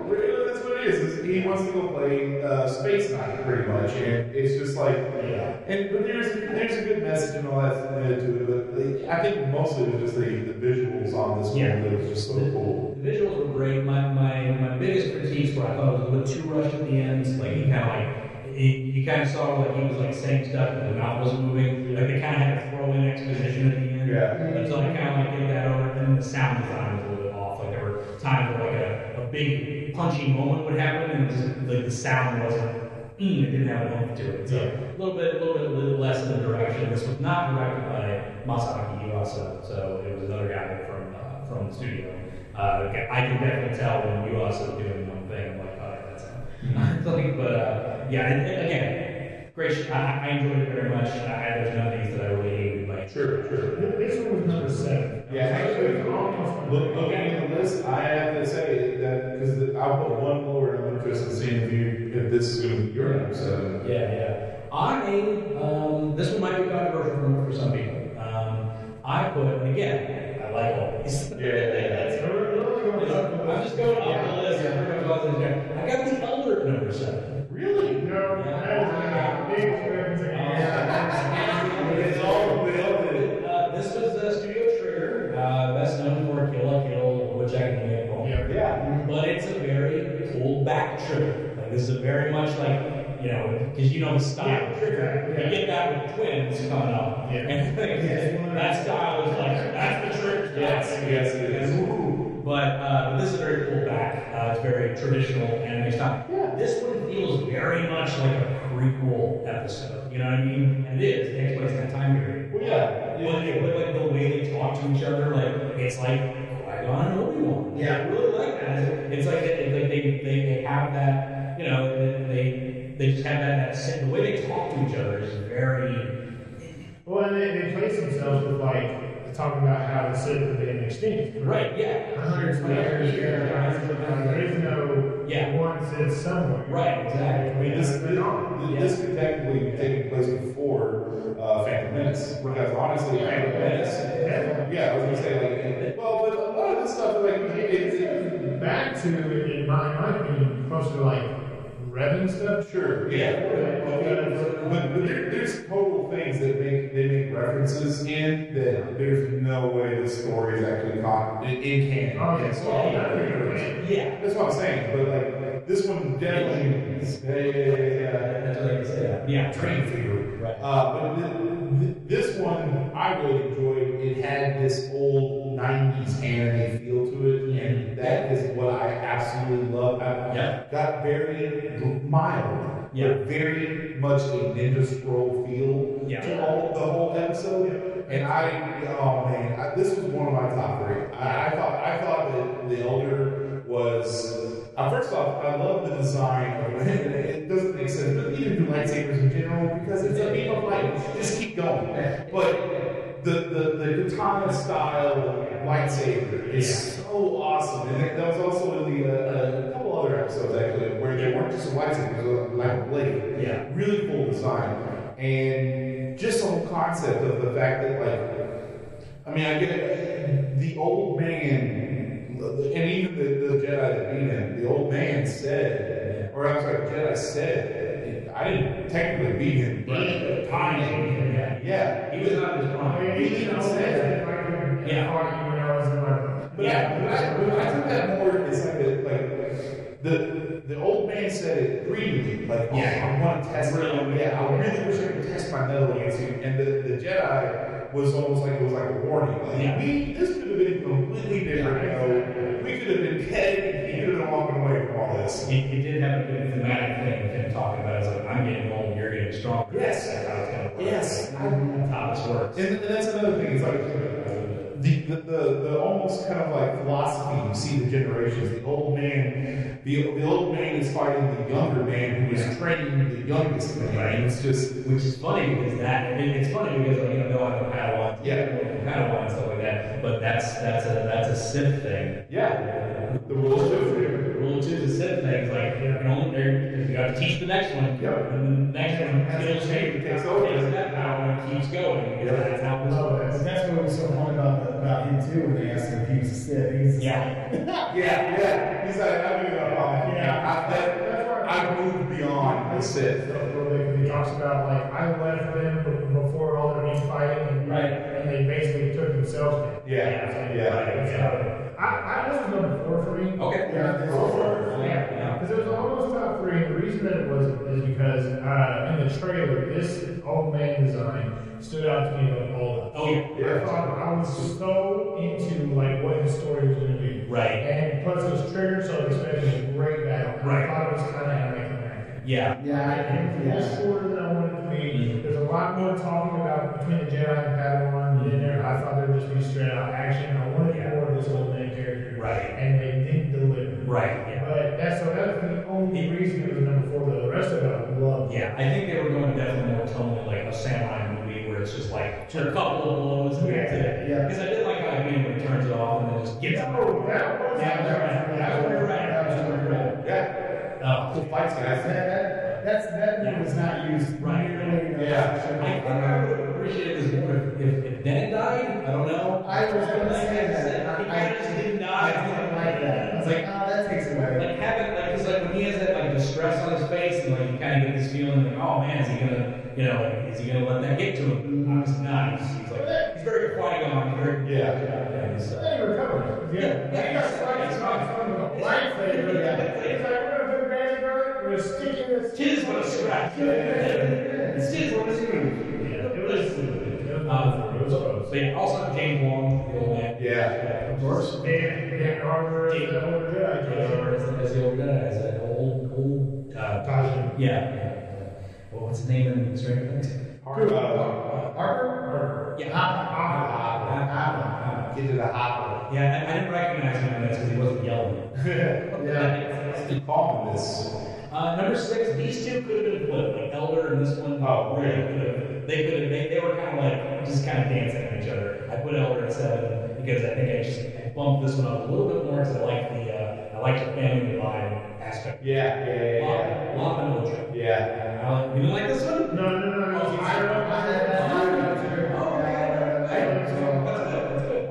D: really, that's what it is. is he wants to go play uh, space knight pretty much, and it's just like, and but there's there's a good message and all that uh, to it, but like, I think mostly it was just the, the visuals on this
B: Yeah.
D: one that was just so
B: The-
D: cool.
B: The visuals were great. My, my, my biggest critiques were I thought it was a little too rushed at the end. Like he kind of like he, you kind of saw like he was like saying stuff but the mouth wasn't moving. Like they kind of had to throw in exposition at the end.
D: Yeah.
B: Until I kind of like get that over. And then the sound design was a little bit off. Like there were times where like a, a big punchy moment would happen and just, like the sound wasn't. Mm, it didn't have an oomph to it. So a little bit, a little bit, less in the direction. This was not directed by Masaki Yuasa, so it was another guy from uh, from the studio. Uh, I can definitely tell when you also doing one thing. I'm like, all right, that's it. like, but uh, yeah, and, and again, great. sh- I, I enjoyed it very much. I, there's no things that I really hated. Like,
D: Sure, sure.
F: This one was number seven.
D: Yeah, actually, look, looking at the list, I have to say that because I put one lower, and I'm interested in seeing if you if this is going to be your number seven.
B: Yeah, yeah. I um, this one might be controversial for, for some people. Um, I put and again. I like all these.
D: Yeah, yeah, yeah.
B: That's- I'm just going off the list. Everybody else is there. I got the elder at number seven.
D: Really?
F: No, that was a big experience.
D: It's all built.
B: Uh, this was uh, Studio Trigger, uh, best known for Kill la Kill, which I can name all.
F: Yeah.
D: Yeah.
B: But it's a very cool back trigger. Like, this is a very much like, you know, because you know the style
F: Yeah,
B: of trigger.
F: yeah.
B: You get that with twins coming up.
F: Yeah.
B: And that style is like, that's the trigger.
D: Yes, yes, it is.
B: Ooh. But uh, this is very pulled back. Uh, it's very traditional anime style. This one feels very much like a prequel episode. You know what I mean? And it is. It takes place in that time period.
D: Well, yeah.
B: But, it- but, like the way they talk to each other, like it's like Qui Gon and Obi Wan.
H: Yeah.
B: I really like that. It's like they, like they, they, they have that. You know, they they just have that that sen- the way they talk to each other is very.
F: Well, and they, they place themselves with like talking about how the Sith have been extinct. for
B: Right. Yeah.
F: Hundreds of years. yeah. There is no
B: Yeah.
F: one Sith somewhere.
B: Right. Exactly.
D: I mean, this this, this could technically be taking place before uh, Phantom Menace because honestly, Phantom Menace. Yeah, I was gonna say like, well, but a lot of this stuff like it's it,
F: Back to, in my, in my opinion, closer to like Revan stuff.
D: Sure, yeah. But, but there, there's total things that make they make references in that there's no way the story is actually caught in, in canon.
F: Oh, yeah.
D: So, oh, yeah, yeah, yeah.
B: Yeah.
D: That's what I'm saying. But like this one definitely. Yeah, yeah, yeah, yeah.
B: That's what I can say. Yeah.
D: Train fever.
B: Right.
D: Uh, but th- th- this one I really enjoyed. It had this old '90s anime feel to it, and that is what I absolutely love. I
B: Yeah.
D: got very mild,
B: Yeah.
D: but very much a Ninja Scroll feel
B: Yeah.
D: to all the whole episode. And I, oh man, I, this was one of my top three. I, I thought I thought that the Elder was. Uh, first off, I love the design. of it. It doesn't make sense, but even do lightsabers in general because it's a beam of light. Just keep going. But the the, the katana style lightsaber is so awesome, and that, that was also in the uh, a couple other episodes actually where they weren't just a lightsaber, it was a- like a blade.
B: Yeah.
D: really cool design, and just the whole concept of the fact that like, I mean, I get it. the old man, and even the, the Jedi that beat him, the old man said, or I'm sorry, Jedi said, I didn't technically beat him, but
B: Yeah.
D: yeah,
B: He was not in his prime.
D: He even said-
B: Yeah.
D: But I, but I, but I took that more as like a, like the the old man said it greedily, like yeah, I want to test
B: Really?
D: yeah, I really wish I could test my metal against you. And the, the Jedi was almost like it was like a warning, like
B: Yeah.
D: we this could have been completely different. You know? We could have been dead. and You could have been walking away from all this.
B: It, it did have a good thematic thing with him talking about it. It's like, I'm getting old, you're getting stronger.
D: Yes.
B: That's how it's going to work.
D: Yes.
B: That's how this works.
D: And, and that's another thing. It's like the, the, the, the almost kind of like philosophy you see the generations. The old man, the, the old man is fighting the younger man who is training the youngest man.
B: Right.
D: It's just
B: Which is funny because that, I mean, it's funny because, like, you know, no, I don't have one.
D: Yeah.
B: Have one, stuff like that. But that's, that's a, that's a Sith thing.
D: yeah, the rules of freedom.
B: Rule two is a Sith thing. It's like, you know, there- you got to teach the next one.
D: Yep.
B: And the next one,
D: That's-
B: it'll take,
D: takes over.
B: Takes that power and keeps going. Because
D: Yeah.
B: that's how this
H: Oh, that's,
B: works.
H: that's what was so fun about, about him too when they asked him if he was a Sith. He's just
B: Yeah.
D: Yeah, yeah. He's like, I'm doing a problem. Yeah, I've, that, I've moved beyond the Sith.
F: He talks about like I left them b- before all their fighting, and,
B: Right.
F: and they basically took themselves down.
D: Yeah, yeah.
F: It's, uh, I, I was number four for me.
B: Okay.
F: Yeah, this was
B: Yeah.
F: Because it was almost top three. The reason that it wasn't is because uh, in the trailer, this old man design stood out to me like all the
B: Oh, yeah.
D: Yeah.
F: I thought I was so into like what his story was going to be.
B: Right.
F: And plus it was triggered, so I was expecting a great battle.
B: Right.
F: I thought it was kind of anticlimactic.
B: Yeah.
H: Yeah,
F: And it was
H: yeah.
F: shorter than I wanted it to be. There's a lot more talking about between the Jedi and Padawan in there. I thought there would just be straight out action. I wanted
B: Yeah.
F: more of this old man character.
B: Right.
F: And they didn't deliver.
B: Right. Yeah.
F: But that's so that's the only reason it was number four. But the rest of it, I loved.
B: Yeah, I think they were going definitely more tone like a samurai movie where it's just like a couple of blows and that's it.
H: Yeah.
B: Because I did like how I mean when it turns it off and then just gets
F: No,
B: out.
F: that was
B: Yeah, that was- that was right. That was right. Oh.
D: Yeah. Cool fights,
H: That,
D: guys.
H: that, that's, that
B: Yeah.
H: was not used
B: Right.
H: nearly enough.
D: Yeah.
B: I think I would appreciate this more if, if, if Denon died. I don't know.
H: I was going to say that.
B: He
H: I, I,
B: kinda just didn't
H: I
B: die.
H: didn't like that. I was like, oh, that takes away.
B: Like having like because like when he has that like distress on his face and like you kind of get this feeling like oh man is he gonna you know like, is he gonna let that get to him? I'm just not. He's, he's like he's very quiet on very
D: Yeah.
B: Mm-hmm. yeah he's, uh,
F: They recovered. Yeah. They got strikes from the lightsaber. He's like, we're gonna put magic on it. We're sticking this.
B: Tis but a scratch. It's tis but a scratch.
F: Yeah, it was. It was
B: Um,
F: awful. It was close.
B: But yeah, also James Wong, the old man.
D: Yeah.
B: Of course.
F: Dan, Dan Harbour,
B: Jake.
F: the older
B: As
F: Jedi.
B: as the old guy, as that old, old, uh,
F: Tajin.
B: yeah. Well, what's his name in Stranger Things?
D: Hard, uh,
H: Harper?
B: Yeah.
H: Harper.
D: get to the hopper.
B: Yeah, I, I didn't recognize him in this because he wasn't yelling.
D: Yeah. Keep calling this.
B: Uh, number six, these two could have been flipped, like Elder and this one.
D: Oh,
B: really
D: okay.
B: could have. They could have. They, they were kind of like just kind of dancing at each other. I put Elder at seven because I think I just I bumped this one up a little bit more because I like the uh, I like the family vibe aspect.
D: Yeah, yeah, yeah,
B: Lop, Lop and Ultra.
D: yeah. Yeah.
B: I like- You didn't like this one?
F: No, no, no, no.
B: Oh,
F: I-
H: I
F: I-
H: had that
B: Oh,
H: too. Yeah, I had that too.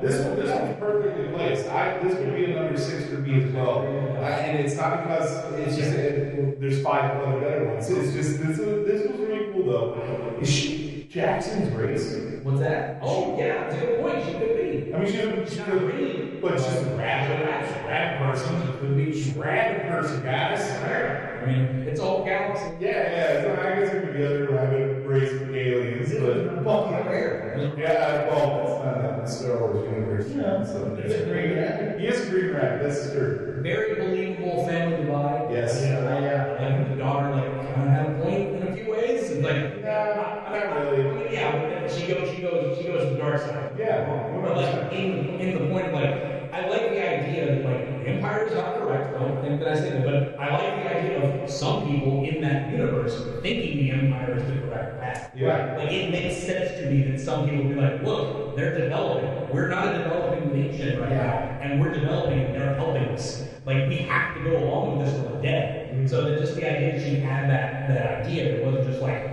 B: That's good. That's good.
D: This one, this one's perfectly placed. I, this would be a number six for me as well. I, and it's not because it's just it, there's five other better ones. It's just this. Was, this was really cool though. Is she Jackson's race?
B: What's that? Oh yeah, that's a good point. She could be.
D: I mean, she's a, she's
B: She's
D: a
B: not really.
D: but she's a rad, rad, rad person. She could be she's a rad person, guys. Yeah,
B: I mean, it's all galaxy.
D: yeah. So I guess it could be other rabbit race of aliens, but
B: Rare.
D: yeah. Well, it's not that in the Star Wars universe.
H: Yeah.
D: So
H: It's a great actor.
D: He is a green rabbit. That's true.
B: Very believable family divide.
D: Yes.
H: Yeah, uh, yeah.
B: Like the daughter, like kind of had a point in a few ways, and like
D: Nah, not really.
B: I mean, yeah, but then she goes, she goes, she goes to the dark side.
D: Yeah,
B: but like in in the point of like, I like the idea that like the empire is not correct. I don't think that I say that, but I like the idea of some people in that universe thinking the empire is the correct path.
D: Yeah.
B: Like it makes sense to me that some people be like, look, they're developing. We're not a developing nation right now, and we're developing and they're helping us. Like we have to go
D: Mm-hmm.
B: along with this or we're dead. So that just the idea that she had that that idea, it wasn't just like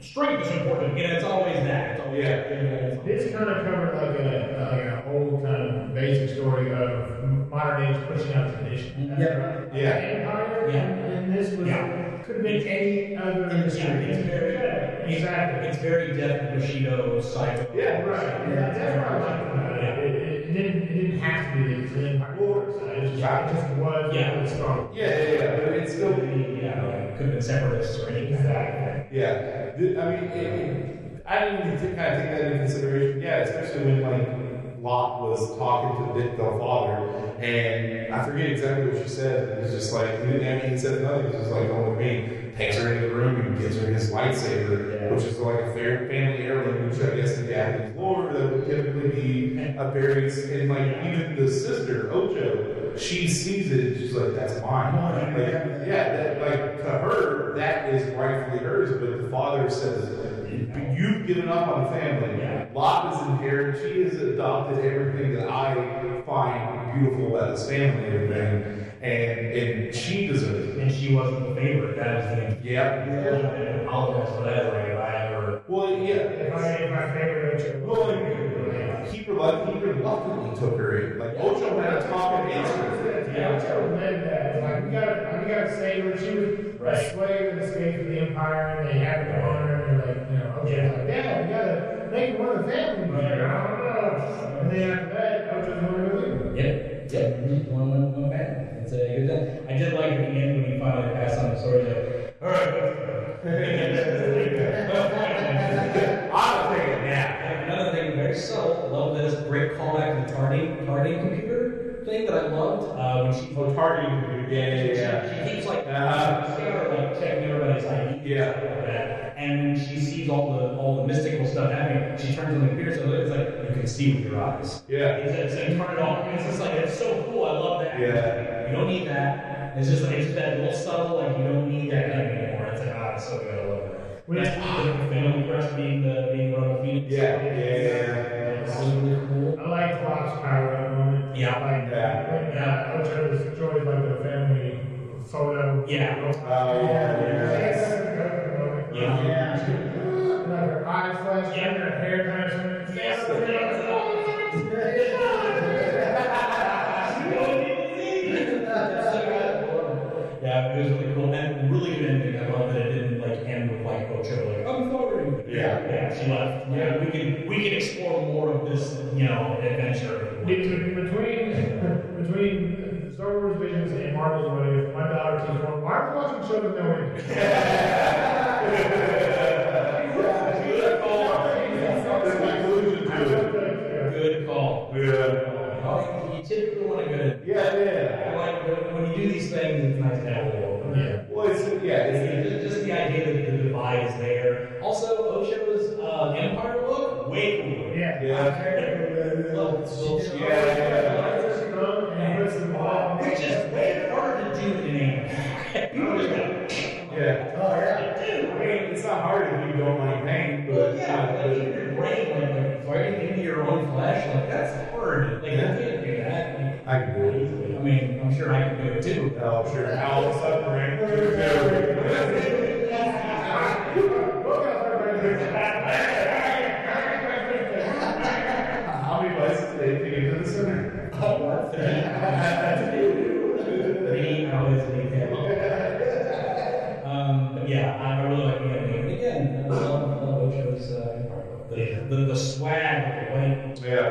B: strength is important, and it's always that. It's always
D: Yeah.
B: that. It's always-
F: This kind of covered like a, like an old kind of basic story of modern age pushing out tradition. That's
H: Yeah.
F: right.
D: Yeah.
F: Empire,
B: Yeah.
F: And, and this was
B: Yeah.
F: could have been any other industry.
B: Yeah, it's very-
F: exactly.
B: It's very Death Bushido psycho.
D: Yeah,
F: Right, yeah, that's what I like about it. It, it, it, didn't, it didn't have to be the Korean Empire. It just, it just was
B: Yeah.
F: really strong.
D: Yeah, yeah, yeah, but it's still.
B: Yeah, like, could have been separatists or anything.
F: Exactly.
D: Yeah, Th- I mean, it, it, I didn't even kind of take that into consideration. Yeah, especially when like Lot was talking to the, the father, and I forget exactly what she said. It was just like he didn't. I mean, he said nothing. He was just like, "Oh, with me." Takes her into the room and gives her his lightsaber, which is like a fair family heirloom, which I guess in Japanese lore that would typically be a buried. And like even the sister Ojo, she sees it. and She's like, "That's mine." Like, yeah, that, like to her, that is rightfully hers. But the father says, "You've given up on the family. Lot is inherited. She has adopted everything that I find beautiful about this family and everything, and and she deserves it."
B: And she wasn't the favorite. That was the.
D: Yeah.
B: I apologize for that. Like, if I ever.
D: Well,
F: If
D: yeah.
F: I, if I favored it,
D: Well, and he reluct- he reluctantly took her in. Like Ocho had a talk and answer.
F: Yeah, Joe led that. Like we got, like, we got to save her. She was a slave and a slave of the empire, and they had her on her, and they're like, you know, Ojo's like, yeah, we got to make one of the family. Here. I don't know. And then after that, Ojo's going to leave.
B: Yep. Yep. One went, went bad. It's a good thing. I did like at the end when he finally passed on the sword. Like, all right.
D: I'm a fan now.
B: Another thing, very subtle. Love this great callback to the Tarding Tarding computer thing that I loved. Uh, when she
D: Oh, Tardy. Yeah, yeah, yeah.
B: She keeps like
D: Uh-huh.
B: she's there, like checking everybody's ID.
D: Yeah.
B: Like that. And when she sees all the all the mystical stuff happening, she turns on the computer so it's like you can see with your eyes.
D: Yeah.
B: It's, it's, it's turn it off. It's just like it's so cool. I love that.
D: Yeah.
B: You don't need that. It's just like it's just that little subtle like you don't need that kind of anymore. It's like ah, it's so good. I love it.
F: Well,
B: Rest- the family rest being the being Rebel Phoenix.
D: Yeah, yeah,
B: It's really cool.
F: I like Locke's power at the moment.
B: Yeah.
F: I like that. When uh, Ojo destroys like the family photo.
B: Yeah.
D: Oh, yeah, yes.
B: Yeah.
F: Like her eyes flash,
B: Yeah.
F: her hair kind of swings.
B: Yes. Yeah, it was really cool and really good ending. I love that it didn't like end with like Ocho like I'm sorry.
D: Yeah.
B: yeah, she left. Yeah, we can we can explore more of this, you know, adventure.
F: Between between Star Wars Visions and Marvel's What If, my daughter keeps going, why are we watching shows with no ending?
B: Good call.
D: That's my conclusion
F: I
D: to
F: love
D: it.
F: that.
B: Good call.
D: Yeah.
B: Oh, you typically want to go.
D: Yeah,
B: I
D: yeah.
B: like when, when you do these things, it's nice to have a little.
F: Yeah.
D: Well, it's, yeah,
B: Yeah,
D: it's,
B: Just, just the idea that the divide is there. Also, Osho's uh, Empire look, way cooler.
F: Yeah.
D: yeah.
B: Little- little-
D: Yeah.
F: And puts them all-
B: Which is way harder to do in an anime. People just go,
D: Yeah.
H: Oh, yeah.
D: I
B: dude,
D: mean,
B: wait.
D: it's not hard if you don't like pain,
B: Well,
D: but
B: yeah, like even your brain, like, like fighting into your own flesh, like that's hard. Like, you
D: Yeah.
B: can't do that. Like,
D: I can do it.
B: I mean, I'm sure I can do it too.
D: Oh, sure. How all suffering. How many bites did they take into the center?
B: Me, I always leave him. Um, but yeah, I I really like the ending. And again, I love, love Ocho's uh, part. the, the, the swag, the white.
D: Yeah.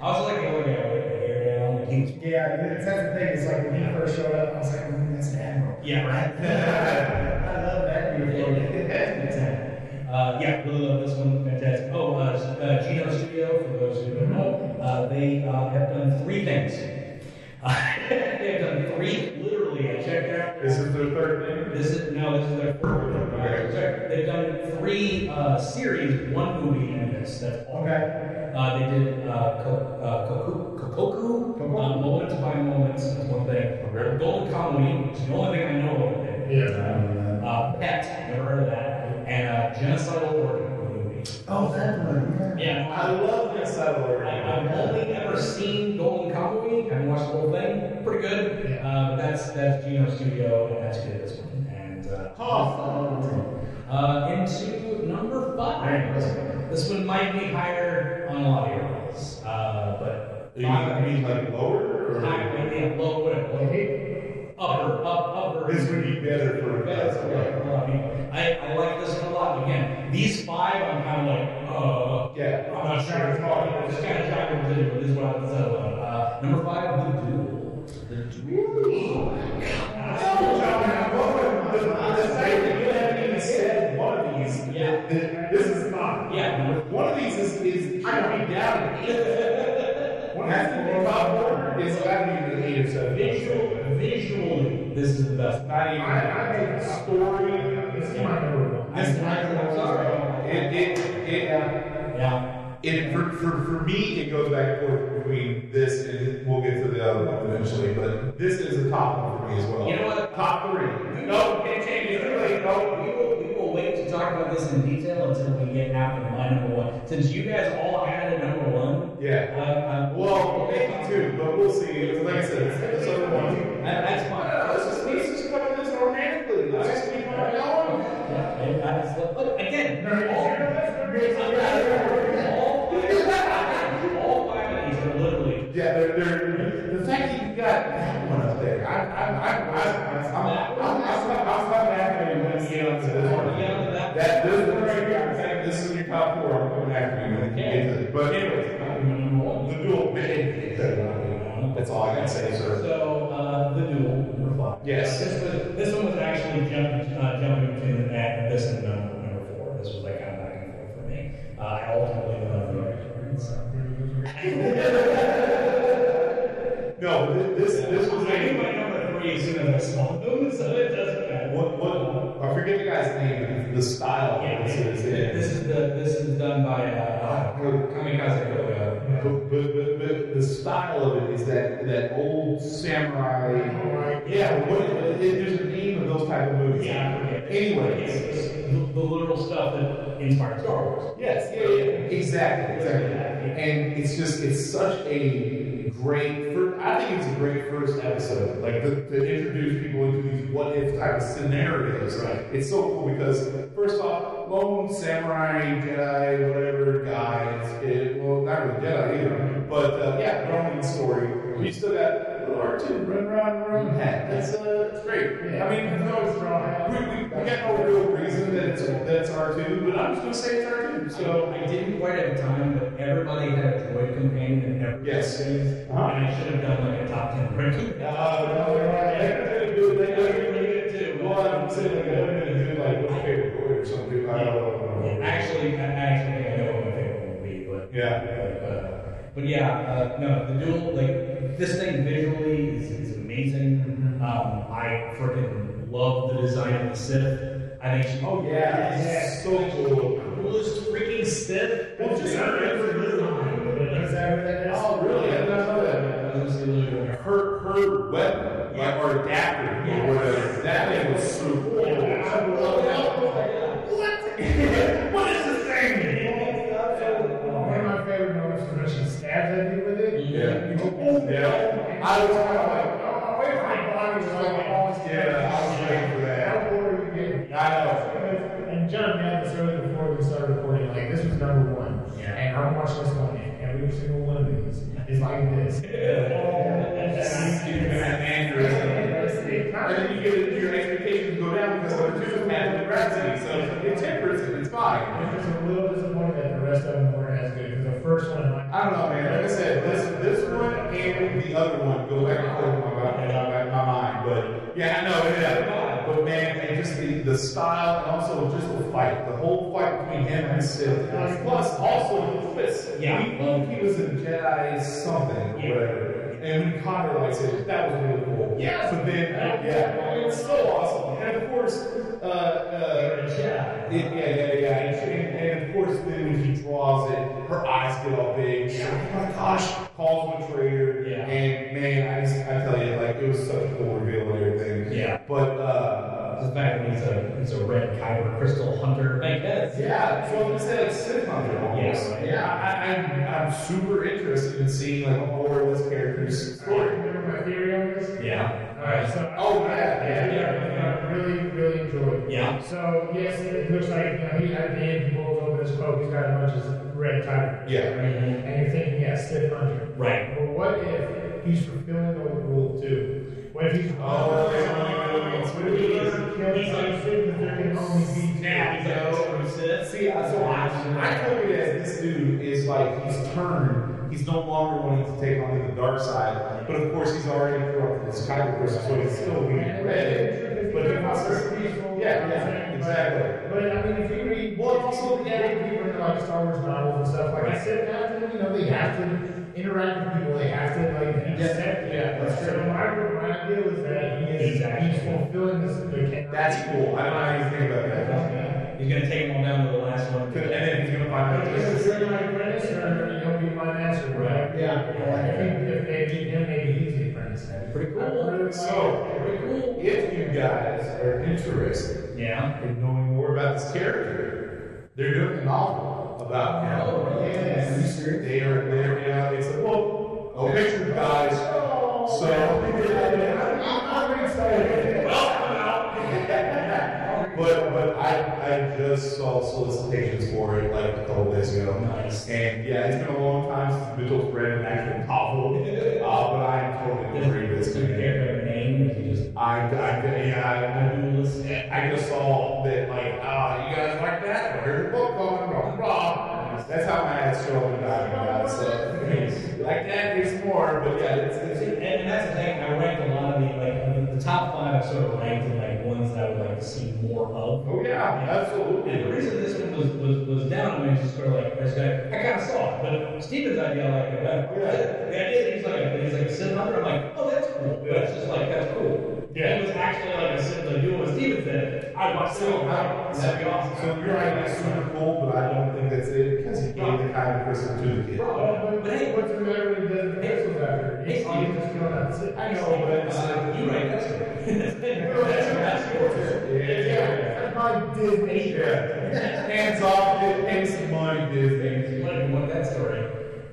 B: I also like oh, the other guy with the hair down. Like he was,
H: Yeah, that's the thing. It's like when he first showed up, I was like, "Ooh, that's an admiral."
B: yeah, right.
H: I love that uniform.
B: Uh, yeah, really love this one. Fantastic. Oh, uh, uh, Gino Studio, for those who don't know, uh, they uh, have done three things. they have done three, literally, I checked it out.
D: This is the third
B: This is no, this is their fourth one.
D: Okay.
B: They've done three uh, series, one movie, and this. That's all.
H: Okay.
B: Uh, they did uh, Ko- uh, Koku- Kokoku,
H: Kokoku.
B: uh, moment by moment. That's one thing.
D: Okay.
B: Golden Kamuy, which is the only thing I know of. it.
F: Yeah.
B: Uh, Pet, never heard of that, and uh, Genocidal Organ movie.
H: Oh, that one.
B: Yeah,
D: I love this side
B: I- I've only ever seen Golden Kamuy. Haven't watched the whole thing. Pretty good.
F: Yeah.
B: Uh, but that's that's Geno Studio, and that's good. This one. And uh,
D: Huh.
B: Uh, Alright, This one might be higher on a lot of your rolls, uh, but
D: You mean like lower? Or?
B: higher, maybe a low, whatever, low, upper, up, upper.
D: This would be better for
B: That's
D: us.
B: correct. I, mean, I, I like this one a lot. Again, these five, I'm kind of like, uh,
D: Yeah.
B: I'm not sure if I'm just kind of trying to but this is what I was settled on. Uh, number five, the duel. The duel. Yeah.
D: This is not.
B: Yeah, number
D: One of these is, is I don't be down. One of these is top order. It's got to be the eight or seven.
B: visual, visually, this is the best.
D: Not even. I, I think story.
F: This is my number one.
D: This I'm sorry. It it it. Uh,
B: Yeah.
D: it for, for, for me, it goes back and forth between this and we'll get to the other one eventually, but this is the top one for me as well.
B: You know what?
D: Top three. No, it changes. Really, no.
B: We will, we will wait to talk about this in detail until we get out to my number one. Since you guys all had a number one,
D: Yeah.
B: uh, uh,
D: Well, maybe two, but we'll see. It's Like I said, it's it's other one.
B: that, that's fine.
D: Let's just let's just come to this organically. Let's just keep on going.
B: Yeah, and that's the- but again, all, all, all five of these are literally.
D: Yeah, they're, they're, the fact that you got that one up there, I, I, I, I, I'm, I'm, I'm, I'm, I'm not happy when you get onto this one. That this one right here, I think this is your top four. I'm coming after you when you get to it. But anyways,
B: Number one.
D: the dual man. That's all I gotta say, sir.
B: So uh, the duel, number five.
D: Yes.
B: Uh, this, was, this one was actually jumping, uh, jumping between the that and this and number, number four. This was like kind of back and forth for me. Uh, I ultimately went on the right. So.
D: No, thi- this this was
B: I knew my number three as soon as I saw them, so it doesn't matter.
D: what what I forget the guy's name, but the style. of
B: Yeah,
D: This is
B: This
D: it.
B: is the this is done by uh, Kamikaze Koga.
D: But, but, but, but the style of it is that that old samurai. Yeah, what it, it, there's a name of those type of movies.
B: Yeah, I forget.
D: Anyways.
B: It's the, the literal stuff that inspired Star Wars.
D: Yes, yeah, yeah, exactly, exactly. And it's just, it's such a great, fir- I think it's a great first episode, like to, to introduce people into these what if type of scenarios.
B: Right.
D: It's so cool because, first off, lone samurai, Jedi, whatever guy, it's- it, well, not really Jedi either, but uh, yeah, Roman story. You still got little R2 running around in a Roman hat. That's, uh, that's great. I mean,
F: There's no straw hat.
D: we, we, we got no real reason that it's, that it's R2, but I'm just going to say it's R2. So,
B: I didn't quite have time, but everybody had a droid companion and every
D: Yes.
B: and
D: Uh-huh. Uh,
B: I should have done like a top ten ranking. Actually, I actually I know what my favorite will be, but
D: Yeah.
B: but, uh, but yeah, uh, no, the dual like this thing visually is, is amazing.
D: Mm-hmm.
B: Um, I freaking love the design of the Sith. I think she,
D: Oh yeah, it's so cool.
B: coolest freaking Sith.
D: Well, just
B: I've ever designed.
F: Is that what that is?
D: Oh really? I did not know that. Her her weapon, like or adapter or whatever. That thing was so cool. What? what is this thing?
F: One of my favorite moments is when she stabs at me with it.
D: Yeah.
F: You go, oh,
D: Yeah.
F: I was kind of like, oh, wait for my body to like, oh,
D: Yeah, I was waiting for that.
F: How bored are you getting?
D: I know.
F: And John had this earlier before we started recording, like, this was number one.
B: Yeah.
F: And I'm watching this one, and every single one of these is like this.
D: Stupid aneurysm. And then you get your expectations go down because number two is math and gravity, so it tempers and it's fine.
F: I'm just a little disappointed that the rest of them weren't as good, because the first one, I'm like,
D: I don't know, man. Like I said, this this one and the other one go back and forth in my, mind- in my, in my mind. But yeah, I know. Yeah. But man, and just the, the style and also just the fight, the whole fight between him and Sith. Plus, also the twist.
B: Yeah.
D: We knew he was in Jedi something or whatever. And when he caught her, like I said, that was really cool. Yeah. But then, uh, yeah, it was so awesome. And of course, uh, uh,
B: Yeah.
D: it, yeah, yeah, yeah. And, she- and, and of course, then when she draws it, her eyes get all big. She's like, oh my gosh, calls him a traitor.
B: Yeah.
D: And man, I just, I tell you, like, it was such a cool reveal and everything.
B: Yeah.
D: But, uh,
B: The fact that he's a he's a red kyber crystal hunter. I guess.
D: yeah, so I'm gonna say like Sith Hunter almost.
B: Yeah, right.
D: Yeah, I, I, I'm, I'm super interested in seeing like more of this character's story.
F: remember my theory on this?
B: Yeah.
F: Alright, so.
D: Oh, yeah, yeah,
F: yeah. I really, really enjoyed it.
B: Yeah.
F: So, yes, it looks like, you know, he, at the end, he pulls over this quote, he's got a bunch of red tiger.
D: Yeah.
F: Right? And you're thinking, yeah, stiff hunter.
B: Right.
F: But what if he's fulfilling the rule too? What if he's
D: Oh,
F: what if
D: yeah.
F: he doesn't kill
D: He's
F: some
D: like-
F: shit that there can only be two?
D: See, I- so I, I took it as this dude is like he's turned. He's no longer wanting to take on the dark side, but of course he's already corrupted his tiger person, so he's still being red. But he wants to.
F: peaceful.
D: Yeah, yeah, exactly.
F: But I mean, if you read,
D: Well, if you still
F: look at it, people into like Star Wars novels and stuff like that, sit down and you know they have to interact with people. They have to like yeah, yeah.
D: that's
F: so
D: true.
F: my my deal is that he is
B: Exactly.
F: he's fulfilling this. They can't.
D: That's cool. I don't know how you think about that.
B: He's gonna take them all down to the last one.
D: And then he's gonna find out.
F: Because
D: this is-
F: you're my apprentice, or you'll be my master, right?
H: Yeah.
F: I think if they beat him, maybe he's the apprentice.
B: Pretty
D: So, if you guys are interested
B: Yeah.
D: in knowing more about this character, they're doing a novel about him.
H: Yes. Are you serious?
D: They are there now. It's a book. A picture, guys. So, but but I I just saw solicitations for it like a couple days ago.
B: Nice.
D: And yeah, it's been a long time since Mitchell's read an actual novel. Uh, but I am totally
B: Does
D: gonna read this.
B: does he
D: man.
B: care about a name? Is he just
D: I I yeah. I,
B: a duelist?
D: I just saw that, like, ah, you guys like that? Well, here's a book called Blah, Blah. That's how my ass showed up and died. about it, So, like that, there's more, but yeah, it's,
B: And,
D: it's
B: and that's the thing. I ranked a lot of the like the, the top five. I sort of ranked in like ones that I would like to see more of.
D: oh yeah,
B: And the
D: absolutely.
B: reason this one was, was, was down on me is just sort of like, I, just got, I kind of saw it, but Steven's idea, I like, about,
D: Yeah.
B: the idea that he's like, a, he's like a sim hunter, I'm like, oh, that's cool. But it's just like, that's cool.
D: Yeah.
B: It was actually like a sim, like doing what Steven said, I'd watch
D: So,
B: Sim,
D: I-
B: right? That'd be awesome.
D: so you're right, that's super cool, but I don't think that's it because he gave the kind of person to the kid.
F: But hey, what's the matter with the pistols after?
B: Hey,
F: He's
B: Steve.
F: just killing that shit.
D: I know, but uh,
B: You're right, that's cool. that's cool.
D: yeah.
F: That's my Disney.
D: yeah. Hands off, dude. pay some money, Disney.
B: You wouldn't want that story.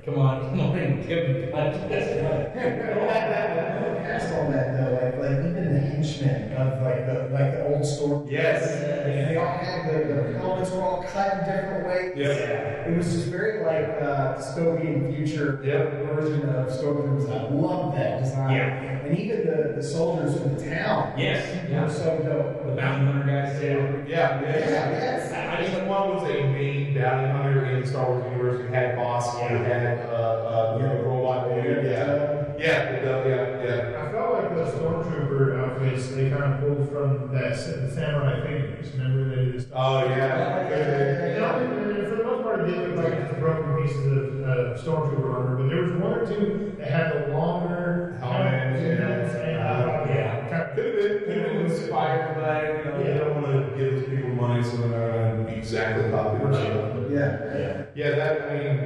B: Come on, come on, give me that.
H: Past all that though, like like even the henchmen of like the like the old storm.
D: Yes.
H: They all had their, their helmets were all cut in different ways.
D: Yes.
H: It was just very like uh, dystopian future
D: Yep.
H: version of Stoker's. I love that design.
B: Yeah.
H: And even the, the soldiers from the town
B: Yes.
H: were so dope.
B: The bounty hunter guys too.
D: Yeah,
H: Yeah,
D: yeah.
H: yes.
D: I mean, one was a main bounty hunter in the Star Wars universe. You had Boss, you had uh, uh, you know, Robot Dude. Yeah, yeah, the dub, yeah, yeah.
F: I felt like those stormtrooper outfits they kind of pulled from that s- samurai figures. Remember they did this.
D: Oh yeah.
F: And
D: Okay.
F: I think- and for the most part, it did look like just broken pieces of uh, stormtrooper armor, but there was one or two that had the longer
D: Helmets,
F: and
D: yeah.
F: that's- and I thought,
B: Yeah.
F: kind
D: Could
F: of-
D: have been, could have been inspired by. You know, they don't want to give those people money, so they're not going to be exactly popular. So.
H: Yeah.
B: Yeah.
D: Yeah, that I mean,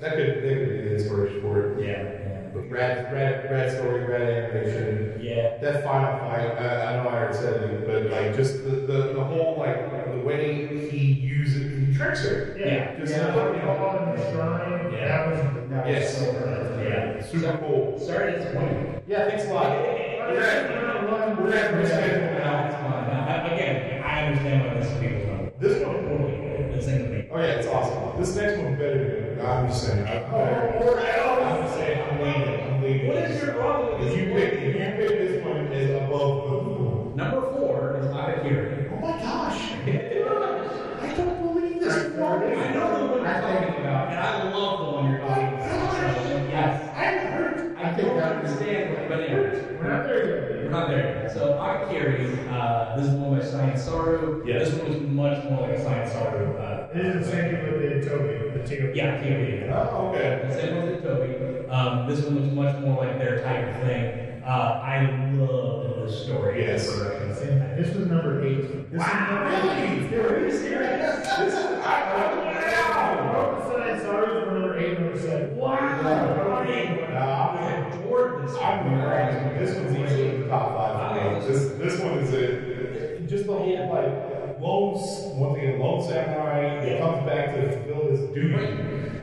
D: that could that could be the inspiration for it.
B: Yeah.
D: But Brad, Brad, Brad story, Brad animation.
B: Yeah.
D: That final fight, I, I know I already said it, but like just the, the, the whole like the way he uses he tricks her.
F: Yeah.
D: Just
F: Yeah.
D: like,
F: in the shrine.
B: Yeah.
F: That was. That
D: Yes.
F: Was so good.
B: Yeah.
D: Super cool.
B: Sorry to disappoint.
D: Yeah, thanks a lot. We're at we're at risk
B: That's
D: now.
B: fine. Now, I- Again, I understand why this is people's number.
D: This one.
B: Totally. This ain't me.
D: Oh yeah, it's awesome. This next one better. Be, I'm just saying. I'm, better. I'm just saying. I'm leaving. I'm leaving.
B: What is your problem with
D: If
B: this
D: you
B: one?
D: pick, if you pick this one as above the moon.
B: Number four is out of here.
D: Oh my gosh! I don't believe this.
B: I
D: one.
B: know the one you're talking about, and I love the one you're talking about. Yes.
D: I'm hurt.
B: I don't understand what, but anyways,
F: We're not there yet.
B: we're not there. So I carry uh, this is one by Science Saru.
D: Yes.
B: This one was much more like a Science Saru. Uh,
F: This is the same people that did Toby, the two.
B: yeah, TOB.
D: Oh, okay.
B: The same one as Toby. Um, this one was much more like their type of thing. Uh, I love this story.
D: Yes.
F: This was number eight. This
D: Really? Are you serious? This is wow.
F: Broken Side Stars were number eight, number seven.
B: Wow. I adored this
D: I'm
B: one.
D: right. This one's easily in the top five. for me. This this one is it. Just the whole like lone s- once again lone samurai he comes back to fulfill his duty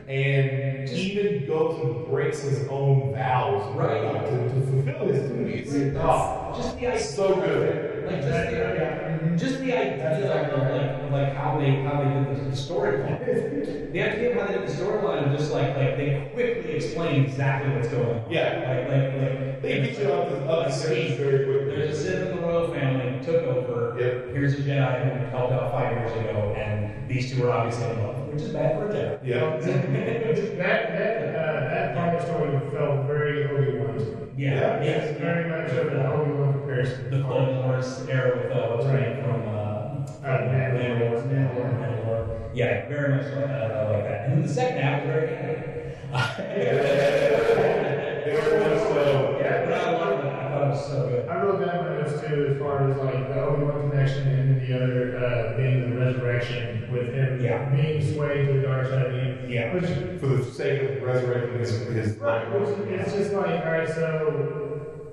D: and even goes and breaks his own vows
B: Right.
D: to, to fulfill his duties. Oh,
B: Just the idea.
D: so good.
B: Like just the, just the idea
H: That's exactly
B: of,
H: right.
B: like, of like how they how they did the, the storyline. the idea of how they did the storyline of just like like they quickly explain exactly what's going on.
D: Yeah.
B: Like like like
D: They beat you up to up to speed very quickly.
B: There's a Sith in the royal family took over.
D: Yep.
B: Here's a Jedi who helped out five years ago, and these two were obviously in love, which is bad for a Jedi.
D: Yeah.
F: that that uh, that part of the story felt very Obi Wan to me.
B: Yeah.
D: Yeah.
F: It's very much of an Obi Wan comparison.
B: The Clone Wars era with uh, what's her name from uh,
F: Uh, Mandalore.
B: Mandalore, Mandalore, Mandalore. Yeah, very much like, uh, like that. And then the second half was very good.
D: They were uh, much so.
B: yeah, but I loved that. I thought it was so good.
F: I wrote down my notes too, as far as like the Obi Wan connection and the other uh, being the resurrection with him
B: Yeah.
F: being swayed to the dark side again.
B: Yeah.
F: Which,
D: For the sake of resurrecting his his
F: which it's just like, alright, so I don't know.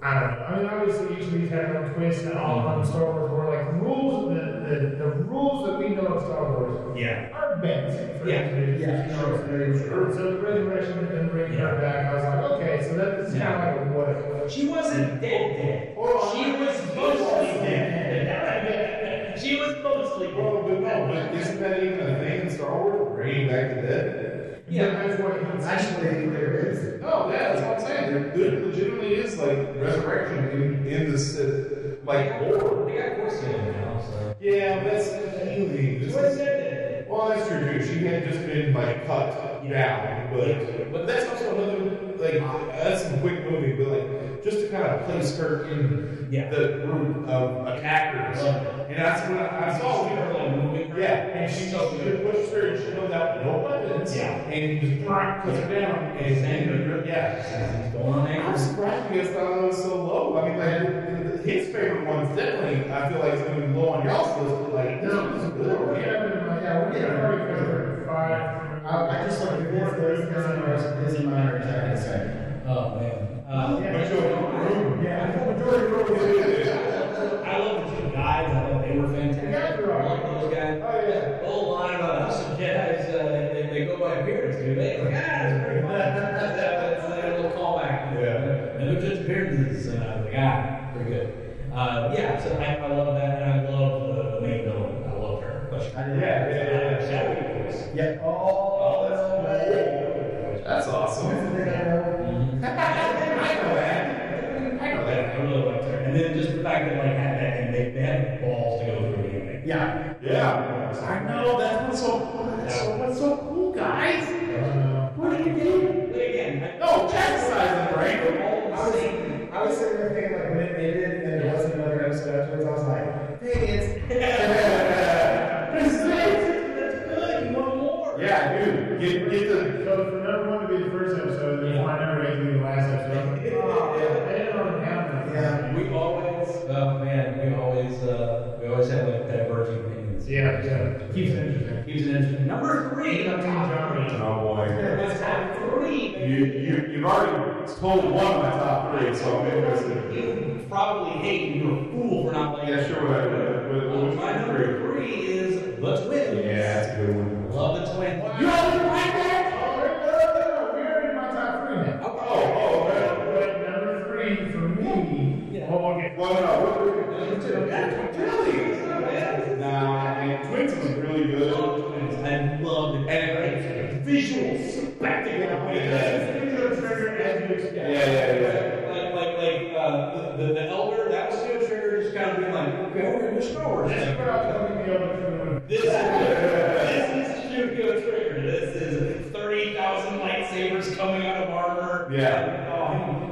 F: I mean, obviously each of these have their own twist and all of them Star Wars were like rules. The, the, the rules that we know of Star Wars
B: Yeah.
F: are bent. for
B: Yeah.
F: individuals,
H: Yeah,
F: you know,
H: sure, very
F: So the resurrection and bringing her
B: Yeah.
F: back, I was like, okay, so that's
B: Yeah.
F: kind of like a what if.
B: She wasn't dead dead.
D: Well,
B: she was mostly dead. she was mostly dead.
D: Well, Oh, but no, but isn't that even a thing in Star Wars? Bringing back the dead?
B: Yeah.
F: That's what he
H: Actually, there is.
D: No, yeah, that's what I'm saying. There, there legitimately is like resurrection in, in the Sith, like lore.
B: They got force healing now, so.
D: Yeah, but that's completely.
B: She wasn't dead
D: Well, that's true too. She had just been like cut down, but but that's also another like that's a quick movie, but like just to kind of place her in
B: Yeah.
D: the group of attackers, and that's when I, I
B: Oh,
D: saw her like
B: moving her.
D: yeah, and she
B: So
D: she
B: good.
D: pushed her and she held out no weapons,
B: Yeah.
D: and just blah, puts her down and
B: It's angry.
D: yeah.
B: She's going on
D: I'm
B: angry.
D: surprised because I was uh, so low. I mean, like his favorite one's definitely I feel like it's gonna be low on y'all's list, but like this one's
F: We're
D: good.
F: having, like, yeah, we're getting already covered. Five.
H: I, I just like the fourth is in is in minor attack in a second.
B: Oh man. Uh,
F: Yeah.
D: But you're-
F: Yeah. Majority rule.
B: I love the two guys. I thought they were fantastic.
F: Yeah, they're all right.
B: Those guys.
D: Oh yeah.
B: The whole line about us and Jedi's, uh, they, they go by appearance, do they? Like, ah, that's pretty fun. That's, that's, that's a little callback.
D: Yeah.
B: And they're just appearances, and I was like, ah, pretty good. Uh, yeah, so I, I love that, and I love the, the main villain. I love her. But she-
H: I
D: Yeah,
H: didn't.
D: yeah, yeah.
B: Shadowy voice.
H: Yeah. Oh, that's the
D: yeah. That's awesome.
H: thing I know.
D: I know that. I know
B: I
D: that.
B: really liked her. And then just the fact that like had that and they, they had balls to go through the anime.
H: Yeah.
D: Yeah. I know that one's so cool. That's so that's so cool, guys.
B: What are you doing? But again, I,
D: No, Jack's size in the rainbow.
H: I was, I was sitting there thinking, like, when it ended and there wasn't another episode afterwards, I was like, dang it.
D: This is it.
B: that's good. You want more?
D: Yeah, dude. Get get the
F: So for number one to be the first episode, then my number eight to be the last episode. Oh, they don't have that.
H: Yeah.
B: We always, oh man, we always, uh, we always have like diverging opinions.
F: Yeah, yeah. Keeps it interesting.
B: He's an interesting number three.
F: Keeps it interesting.
D: Oh boy.
B: That's top three.
D: You you you've already told one of my top three, so I'm interested.
B: You probably hate and you're a fool for not liking
D: Yeah,
B: it.
D: sure. What, what, what,
B: Uh,
D: which
B: my
D: one
B: number
D: three?
B: three is the twins.
D: Yeah, that's a good one.
B: Love the twins.
D: You only like that?
F: Oh, wait, no, no, no, we're in my top three now.
D: Oh, oh, okay.
F: But number three for me,
B: Yeah.
F: well, okay.
D: Well, no,
B: You too.
D: really? Nah, man, Twins was really good.
B: I loved it. And visual spectacle.
D: Yeah, yeah, yeah.
B: Like, like, like uh, the, the elder, that was still trigger, just kind of being like, okay, we're going to Star Wars.
F: That's
B: now.
F: what I was hoping the other
B: This is, this is Studio Trigger. This is 30,000 lightsabers coming out of armor.
D: Yeah.
B: Oh,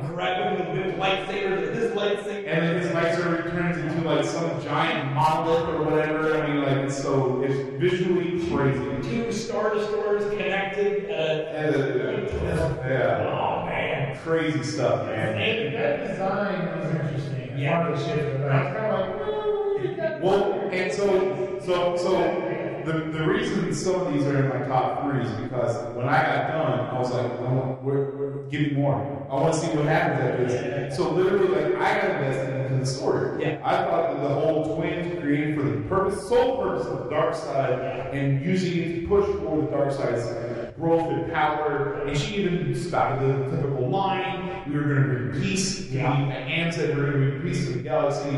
B: I'm grabbing the whip lightsabers. This lightsaber.
D: And then his lightsaber turns into like some giant monolith or whatever. I mean, like it's so it's visually crazy.
B: Two Star Destroyers connected. Uh,
D: And, uh, yeah,
B: oh, man.
D: crazy stuff, man.
F: two. That design is interesting.
B: Yeah.
F: Part of the shit, but I was kind of like,
D: Well, and so, so, so the, the reason some of these are in my top three is because when I got done, I was like, I want, we're, we're, give me more. I want to see what happens at this. So literally, like, I got invested into the story.
B: Yeah.
D: I thought that the whole twin was created for the purpose, sole purpose of the dark side and using it to push for the dark side's growth and power, and she even spouted the typical line: "We were going to bring peace."
B: Yeah.
D: And Anne said, "We're going to bring peace to the galaxy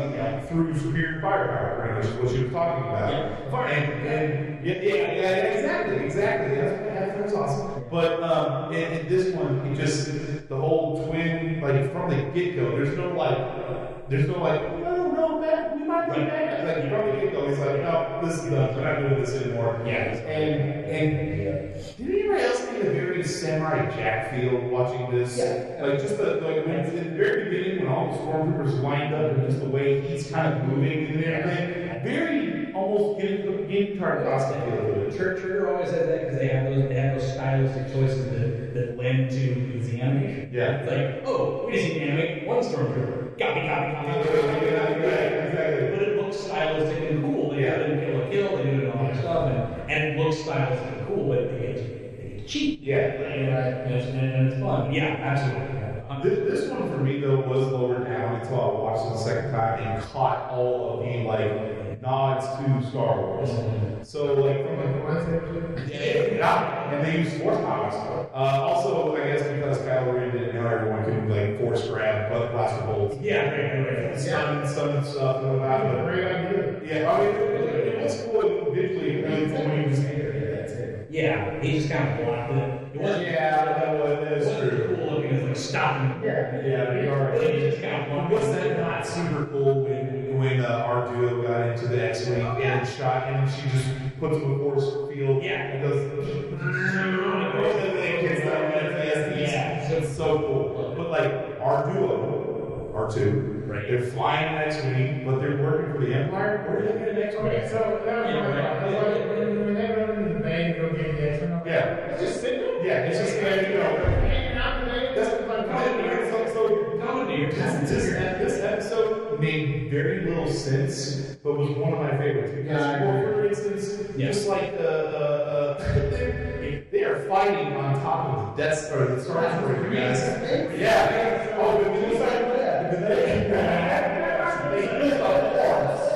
D: through superior firepower." Which is what she was talking about.
B: Yeah.
D: Fire- And, and yeah, yeah, yeah, exactly, exactly. That's, that's- that's awesome. But um, in, in this one, it just the whole twin, like from the get go. There's no like, there's no like. "Oh, no, Matt, we might be back." Like from the get go, he's like, no, this is done. We're not doing this anymore.
B: Yeah.
D: And and did anybody else get a very samurai Jack feel watching this?
H: Yeah.
D: Like just the like when at the very beginning when all the stormtroopers lined up and just the way he's kind of moving and everything, very almost getting to the getting to our costume feel a little bit.
B: Church Trigger always had that because they had those they had those stylistic choices that, that led to the animation.
D: Yeah.
B: It's like, oh, we just need to animate one stormtrooper. Copy, copy, copy, copy, copy, copy, copy. But it looks stylistic and cool. They
D: Yeah.
B: did it in Kill a Kill, they did it in all that stuff, and, and it looks stylistic and cool, but they get, they get cheap.
D: Yeah.
B: And, and, it's- and it's fun. Yeah, absolutely. Um,
D: This, this one for me though was lower down until I watched it the second time and caught all of the like nods to Star Wars. So like from a Yeah, and they use force powers. Uh, also, I guess because Kylo Ren didn't know everyone could like force grab but blaster bolts.
B: yeah, right, right, right.
D: Stun, stun stuff and whatnot.
F: Great idea.
D: But yeah, I mean, it, it was cool and visually. I mean, when you just
B: Yeah, he just kind of blocked it. It wasn't,
D: yeah, that was, that
B: it
D: was
B: wasn't
D: true.
B: cool looking, it was like stopping.
H: Yeah.
D: Yeah, they are.
B: But he just kind of blocked it.
D: Was that not super cool when when uh, our duo got into the X wing and shot, and she just puts him a force field
B: Yeah.
D: and goes.
B: Yeah.
D: Yeah, it's so cool. But like our duo, our two,
B: Right.
D: they're flying X wing, but they're working for the Empire. Where are they going to X
F: Okay,
D: wing?
F: so that was my thought. I was like, when when they went in the bank, go get the extra. I'm like,
D: Yeah.
F: It's just sitting there.
D: Yeah, it's just uh, you know.
F: Hanging out today.
D: That's
F: It's like,
D: so, so
B: Comedy.
D: This, this, e- this episode made very little sense, but was one of my favorites because,
H: Yeah, I
D: well,
H: agree.
D: for instance,
B: Yeah.
D: just like the uh, uh, they- they are fighting on top of the death or the star destroyer, guys. Yeah. Oh, but then it's like
H: Oh,
D: they lose the horse.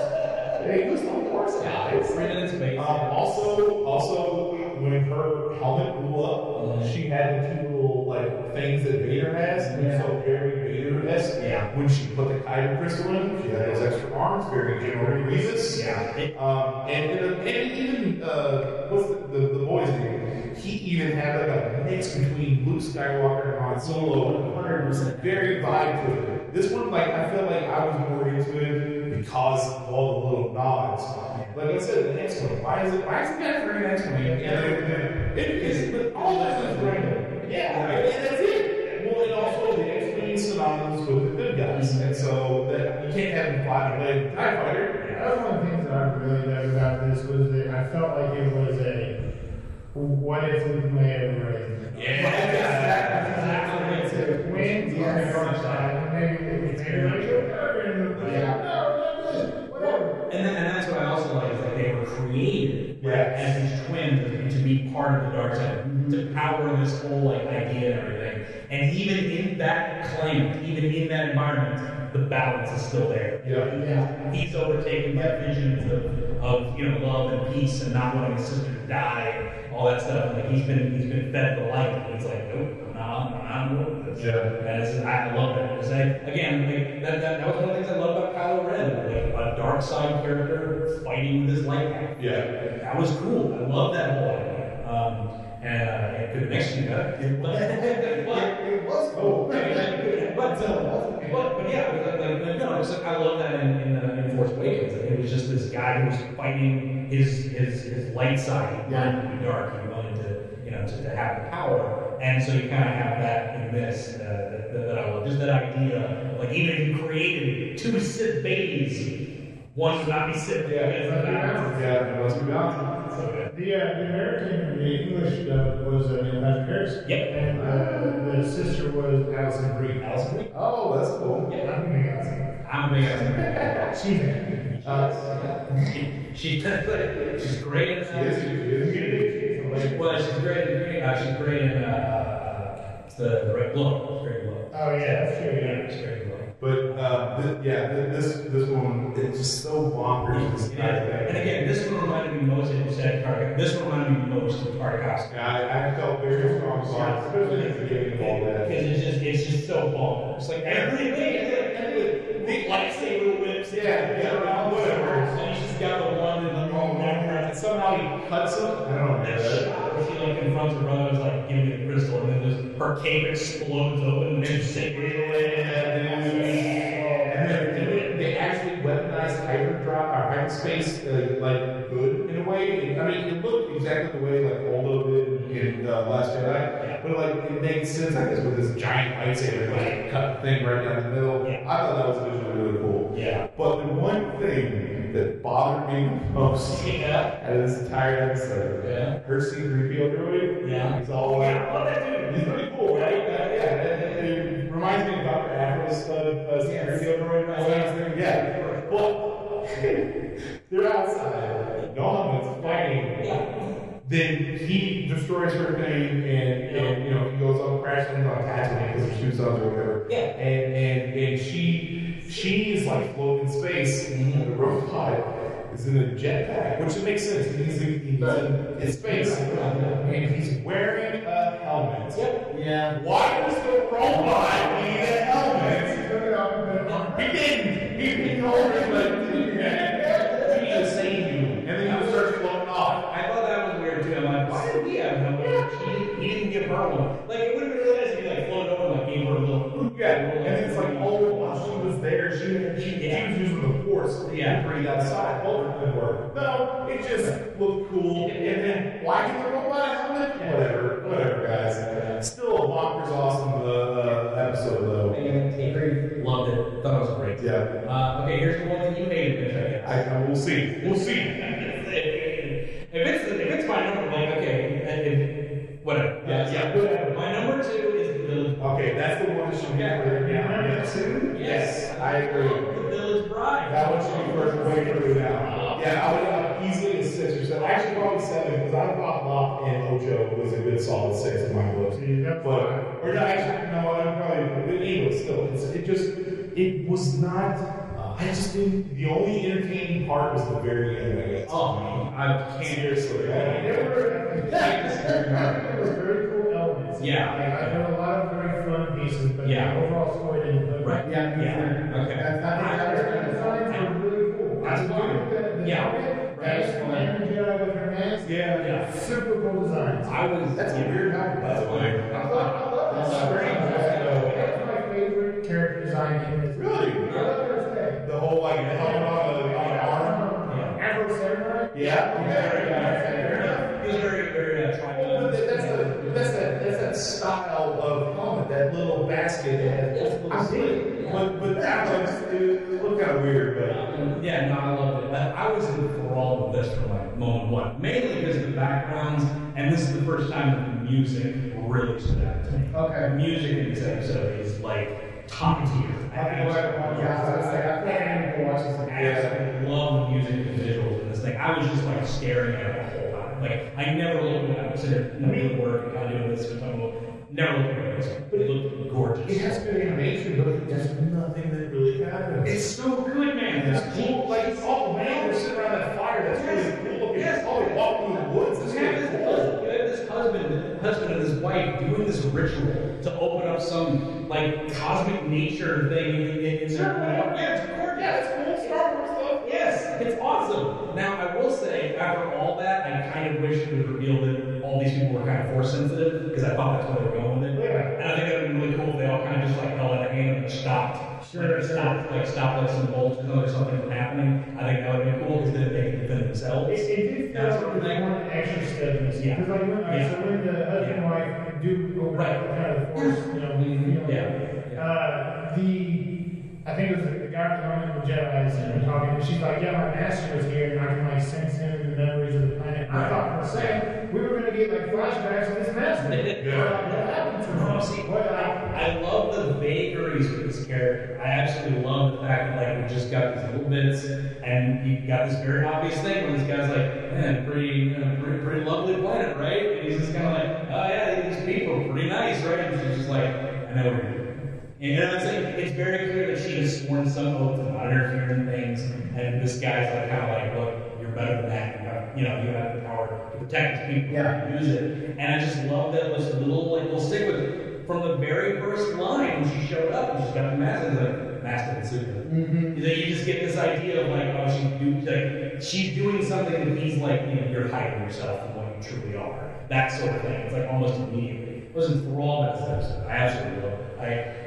D: They lose the horse, guys.
B: Right in his face.
D: Um, also, also when her helmet blew up, uh, she had the two little like things that Vader has, and so very Vader esque.
B: Yeah.
D: When she put the kyber crystal in, she had those extra arms, very General Grievous.
B: yeah. It-
D: Um, and, and, and even uh, what's the, the, the boy's name? He even had like a mix between Luke Skywalker and Han Solo.
H: 100%.
D: Very vibe to it. This one, like, I feel like I was more into it because of all the little nods. Like I said, the next one, why is it? Why is it got three next one? Yeah, it is, but all that is random. Yeah, I mean, that's it. Well, and also the X Wing is synonymous with the good guys, and so that you can't have them flying away. Tie fighter.
F: That's one of the things that I really loved about this was that I felt like it was a what if we may have raised.
D: Yeah, exactly.
F: It wins
H: Yes.
F: on the side, maybe it's maybe like, "Oh, we're
B: Yeah.
F: gonna- no, not this, whatever.
B: And, then, and that's what I also like is that they were created like,
D: Yes. Mm-hmm.
B: as these twins to be part of the dark side, to power this whole like idea and everything. And even in that climate, even in that environment, the balance is still there.
D: Yeah.
B: Yeah. He's overtaken by visions of, of you know love and peace and not wanting his sister to die, all that stuff. Like he's been he's been fed the light, and he's like, nope, I'm not, I'm not doing this.
D: Yeah.
B: And it's, I love that. It's like, again, like, that, that, that was one of the things I love about Kylo Ren, like a dark side character fighting with his light. pack.
D: Yeah.
B: That was cool. I love that whole idea. Um, and uh, it could have mixed you up. But
H: It was
D: Oh,
H: cool.
B: but, uh, but, but yeah, but, like, like, no, it's like, I love that in, in, uh, in Force Awakens. Like, it was just this guy who was fighting his his, his light side. He wanted to be dark. He wanted to you know to, to have the power. And so you kind of have that in this uh, that, that, that I love. Just that idea, of, like even if you created two Sith babies, one would not be Sith.
D: Yeah.
B: It's a
D: Oh,
B: balance.
D: Yeah, it must be balanced.
B: So good.
F: The, uh, the American, the English dub was uh, Neil Patrick Harris.
B: Yep.
F: And uh, the sister was Alison Brie.
B: Allison Brie.
D: Oh, that's cool.
F: I think I got some.
B: I'm a big Allison Brie.
F: She's a
D: Uh,
B: She, she's great at
D: she is, she is.
B: Well, she's great in green. Uh, she's great in uh, uh, uh, the, the red glow. It's Great glow.
F: Oh, yeah, that's true, yeah.
B: It's great glow.
D: But uh, th- yeah, th- this this one it's just so bonkers. This
B: Yeah.
D: guy's back.
B: And again, this one reminded me most, as you said, Carter, this one reminded me most of Carter Costa.
D: Yeah, I, I felt very strong songs, especially at the beginning of all
B: Because
D: that.
B: it's just, it's just so bomb. It's like everything, everything, the lightsaber whips,
D: Yeah, yeah,
B: whatever.
D: whatever.
B: And he's just got the one in the wrong background.
D: Somehow he cuts him. I don't know.
B: That
D: that-
B: shot where she like confronts her brother, is like, give me the crystal, and then just her cape explodes open, and it's sacred
D: And then they actually weaponized hyperdrive or hyperspace uh, like good in a way. I mean, it looked exactly the way like Holdo did in uh, Last Jedi, but like it makes sense, I guess, with this giant lightsaber like cut thing right down the middle.
B: Yeah.
D: I thought that was visually really cool.
B: Yeah.
D: But the one thing that bothered me the most
B: Yeah.
D: out of this entire episode,
B: Yeah.
D: her C-3PO droid,
B: Yeah.
D: he's all like.
B: I love that dude.
D: It's pretty cool, right? Yeah, yeah. It, it reminds me of Dr. Aphrodite's uh, uh,
H: Yes.
D: security override. That's what I was thinking. Yeah. But they're outside. Dawn is fighting. Then he destroys her thing, and, and you know he goes up crashing on Tatooine because her two sons or whatever.
B: Yeah.
D: And and and she she's like floating in space, and the robot is in a jetpack, which it makes sense. He's in, he's in, in space, and he's wearing a helmet.
H: Yeah.
D: Why does the robot need a helmet?
F: Took it off and put it on.
D: He didn't. He didn't hold it, but he just saved you. And then you start floating off.
B: I thought that was weird too. I'm like, why did we have no She didn't, he didn't give her one. Like, it would have been really nice if he like floated over and like gave her a little.
D: Yeah, and it's like, oh, while she was there, she, she, she was using the force
B: Yeah.
D: to breathe outside. Oh, it didn't work. No, it just looked cool. And then, why did the robot have it? Whatever, whatever, guys. Still a bonkers awesome uh, episode, though.
B: Agreed. Loved it. Thought it was great.
D: Yeah,
B: Uh, okay, here's the one that you hated, Mitch, I guess.
D: I, I, we'll see. We'll see.
B: if it's if it's my number, like okay, and if, whatever.
D: Yeah, yeah, whatever.
B: My number two is the village.
D: Okay, that's the one that should be further down.
F: Number two?
D: Yes, I agree.
B: The village bride.
D: That one should be further, way further down. Yeah, I would have easily a six or seven. Actually, probably seven because I thought Lop and Ocho was a good solid six in my books.
F: See, that's why.
D: But or no, actually, no, I'm probably the Eagles still. It's, it just it was not. uh, I just didn't. The only entertaining part was the very end. I guess.
B: Oh, I can't.
D: seriously.
F: There were, there were very cool elements.
B: Yeah.
F: Like, I heard a lot of very fun pieces, but
B: Yeah.
F: the overall story didn't look
B: Right.
H: Yeah. me
B: Yeah.
H: too.
B: Okay.
H: That's not
F: I heard the designs were really cool.
B: That's
F: The one with the- the
B: Yeah. Right.
F: outfit, that's the man who did it with her mask.
D: Yeah.
B: Yeah.
F: Super cool designs.
B: I was.
H: That's
B: yeah.
H: weird. How
D: That's why.
F: I love, I
H: Oh,
F: love that. That's my favorite character design in this. I
D: Really.
F: love her today.
D: The whole like helmet on the on the arm.
F: Afro Samurai.
D: Yeah.
B: It was very very uh,
D: But
B: triumphant.
D: that- that's the that's that that's that style of helmet, that little basket that has those little
F: I see.
D: slit. But but that looks it, it looked kind of weird, but
B: Yeah, no, I loved it. But I was enthralled with this from like moment one, mainly because of the backgrounds, and this is the first time that the music really stood out to me.
H: Okay.
B: The music in this episode is like top tier. I
H: Yeah, I was like, I feel like I need to go watch this again.
B: absolutely love the music and visuals in this thing. I was just like staring at it the whole time. Like I never looked at it. I was sitting there, no, doing work, not doing this, but I'm never looking at this. But it looked
D: it
B: gorgeous.
D: has good animation, but there's nothing that really happens.
B: It's so good, man.
D: It's cool, like it's all man, they're sitting around that fire, that's really cool looking.
B: Yes.
D: Oh, they walk through the woods, it's
B: You have
D: really
B: this
D: cool.
B: husband, you have this husband, husband and his wife doing this ritual to open up some like cosmic nature thing in, in, in their home. Yeah, it's gorgeous.
D: Yeah, it's cool, Star Wars stuff.
B: Yes, it's awesome. Now, I will say, after all that, I kind of wish it would reveal that all these people were kind of force sensitive because I thought that's where they were going with it.
F: Yeah.
B: And I think that would be really cool if they all kind of just like held out a hand and stopped.
F: Sure,
B: like,
F: sure.
B: Stopped, like, stopped like some bolts or something- something from happening. I think that would be cool because then they can defend
F: It,
B: themselves.
F: it did feel
B: That's
F: like
B: what
F: there was
B: I'm
F: one extra step in this.
B: Yeah.
F: Because like, when, like, so when the husband and wife do go back to kind of force, you know,
B: Mhm.
F: feeling,
B: Yeah. Yeah.
F: Uh, the I think it was the, the guy from the Jedi is you know, talking. And she's like, "Yeah, my master was here, and I can like sense him in the memories of the planet." I
B: Right.
F: thought for a second we were gonna get like flashbacks of this master.
B: Yeah.
F: Like, what happened to him?
B: See,
F: What, like,
B: I love the vagaries with this character. I absolutely love the fact that like we just got these little bits, and you got this very obvious thing when this guy's like, "Man, pretty, uh, pretty, pretty lovely planet, right?" And he's just kind of like, "Oh yeah, these people, are pretty nice, right?" And he's just like, "I know." we're here." And you know what I'm saying? It's very clear that she has sworn some oath to not interfere in things, and this guy's like kind of like, look, you're better than that. You have, you know, you have the power to protect people.
H: Yeah.
B: Use it. And I just love that this little like little stick with it. From the very first line when she showed up and she's got the mask, and like master and super. You know, you just get this idea of like, oh, she's do, like, she's doing something that he's like, you know, you're hiding yourself from what you truly are. That sort of thing. It's like almost immediately. Listen, for all that stuff, I absolutely love it.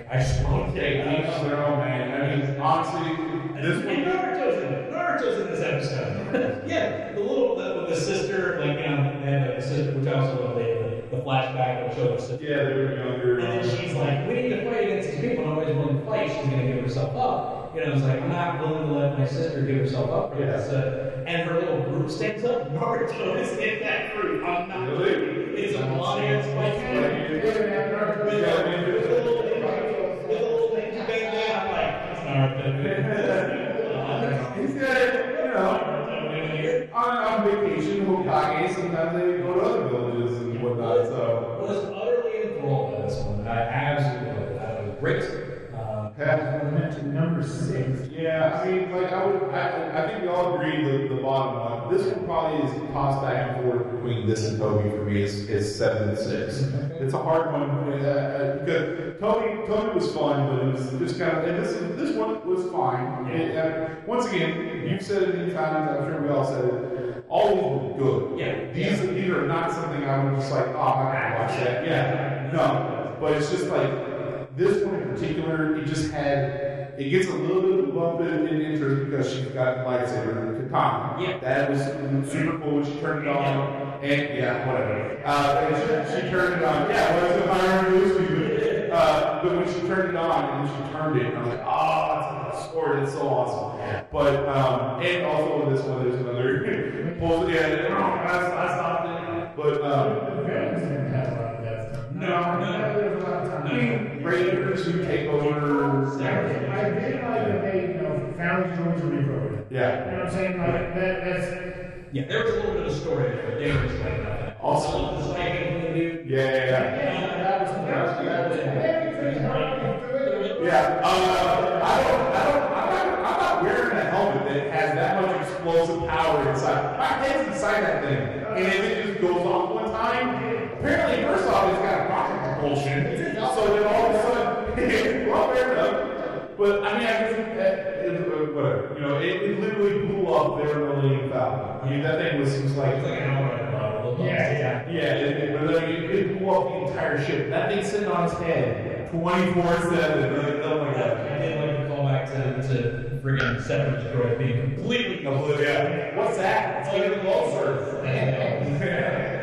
B: I, I just want to take
D: Each their own, man. I mean, honestly,
B: this
D: this
B: one,
D: one.
B: Naruto's in it. Naruto's in this episode. yeah, the little the, with the sister, like you know, they had the sister, which I also love. The, the flashback will show the sister,
D: Yeah, they were younger.
B: and then she's like, "We need to fight against these people. Nobody's willing to fight. She's going to give herself up." You know, it's like I'm not willing to let my sister give herself up. For this. Uh, and her little group stands up. Naruto is in that group. I'm not
D: Really?
B: kidding. It's a bloody ass fight.
D: Like,
F: Wait a minute, I'm not-
B: With a little thing, with a little thing, bang, bang. I'm like, it's Naruto.
D: He's got, you know, on, on vacation, Hokage, sometimes they go to other villages and whatnot, so.
B: was utterly enthralled by this one. I absolutely loved it. I thought it was great. Uh,
D: Yeah,
F: I'm at number six.
D: yeah, I mean, like, I would, I, I think we all agree the, the bottom one. This one probably is tossed back and forth between this and Toby for me is, is seven and six. It's a hard one, uh, uh, because Toby, Toby was fun, but it was just kind of, and this, this one was fine. And, uh, once again, you've said it many times, I'm sure we all said it, all of them were good.
B: Yeah.
D: These, these are not something I would just like, oh, I gotta watch that. Yeah, no. But it's just like, this one in particular, it just had, it gets a little bit bumped in, in interest because she's got the lightsaber and the katana.
B: Yeah.
D: That was super cool when she turned it on. And yeah, whatever. Uh, and she, she turned it on. Yeah, well, it's a fire movie. Uh, but when she turned it on and when she turned it, I'm like, oh, it's a sword. It's so awesome. But, um, and also in this one, there's another pulls yeah, that's, that's not the But, um,
F: The villains didn't have a lot of that stuff.
B: No,
F: I
B: no.
F: thought there was a lot of time.
B: No.
F: I mean,
D: Raider to take over.
F: I did like that they, you know, found George Rico. You know
D: Yeah.
F: what I'm saying? Like, that, that's,
B: yeah, there was a little bit of story there, but they were just like nothing.
D: Also-
B: All this fighting the dude.
D: Yeah.
F: that was, that was, that was, everything, how you do it.
D: Yeah. Uh, I don't. I don't. I'm not, I'm not wearing a helmet that has that much explosive power inside. My head's inside that thing, and if it just goes off one time, apparently, first off, it's got rocket propulsion, so then all of a sudden, well, fair enough. But I mean, I guess it, it, it, whatever. You know, it, it literally blew up their Millennium Falcon. I mean, that thing was just like
B: It's like an hour and a half. Look,
F: Yeah,
D: yeah, it, it, but like, it, it blew up the entire ship. That thing's sitting on its head 24 7. Like, oh my god.
B: I did like the callback to, to friggin' Seven Destroyer being completely
D: Oblivion. What's that? It's like a closer.
B: What's that?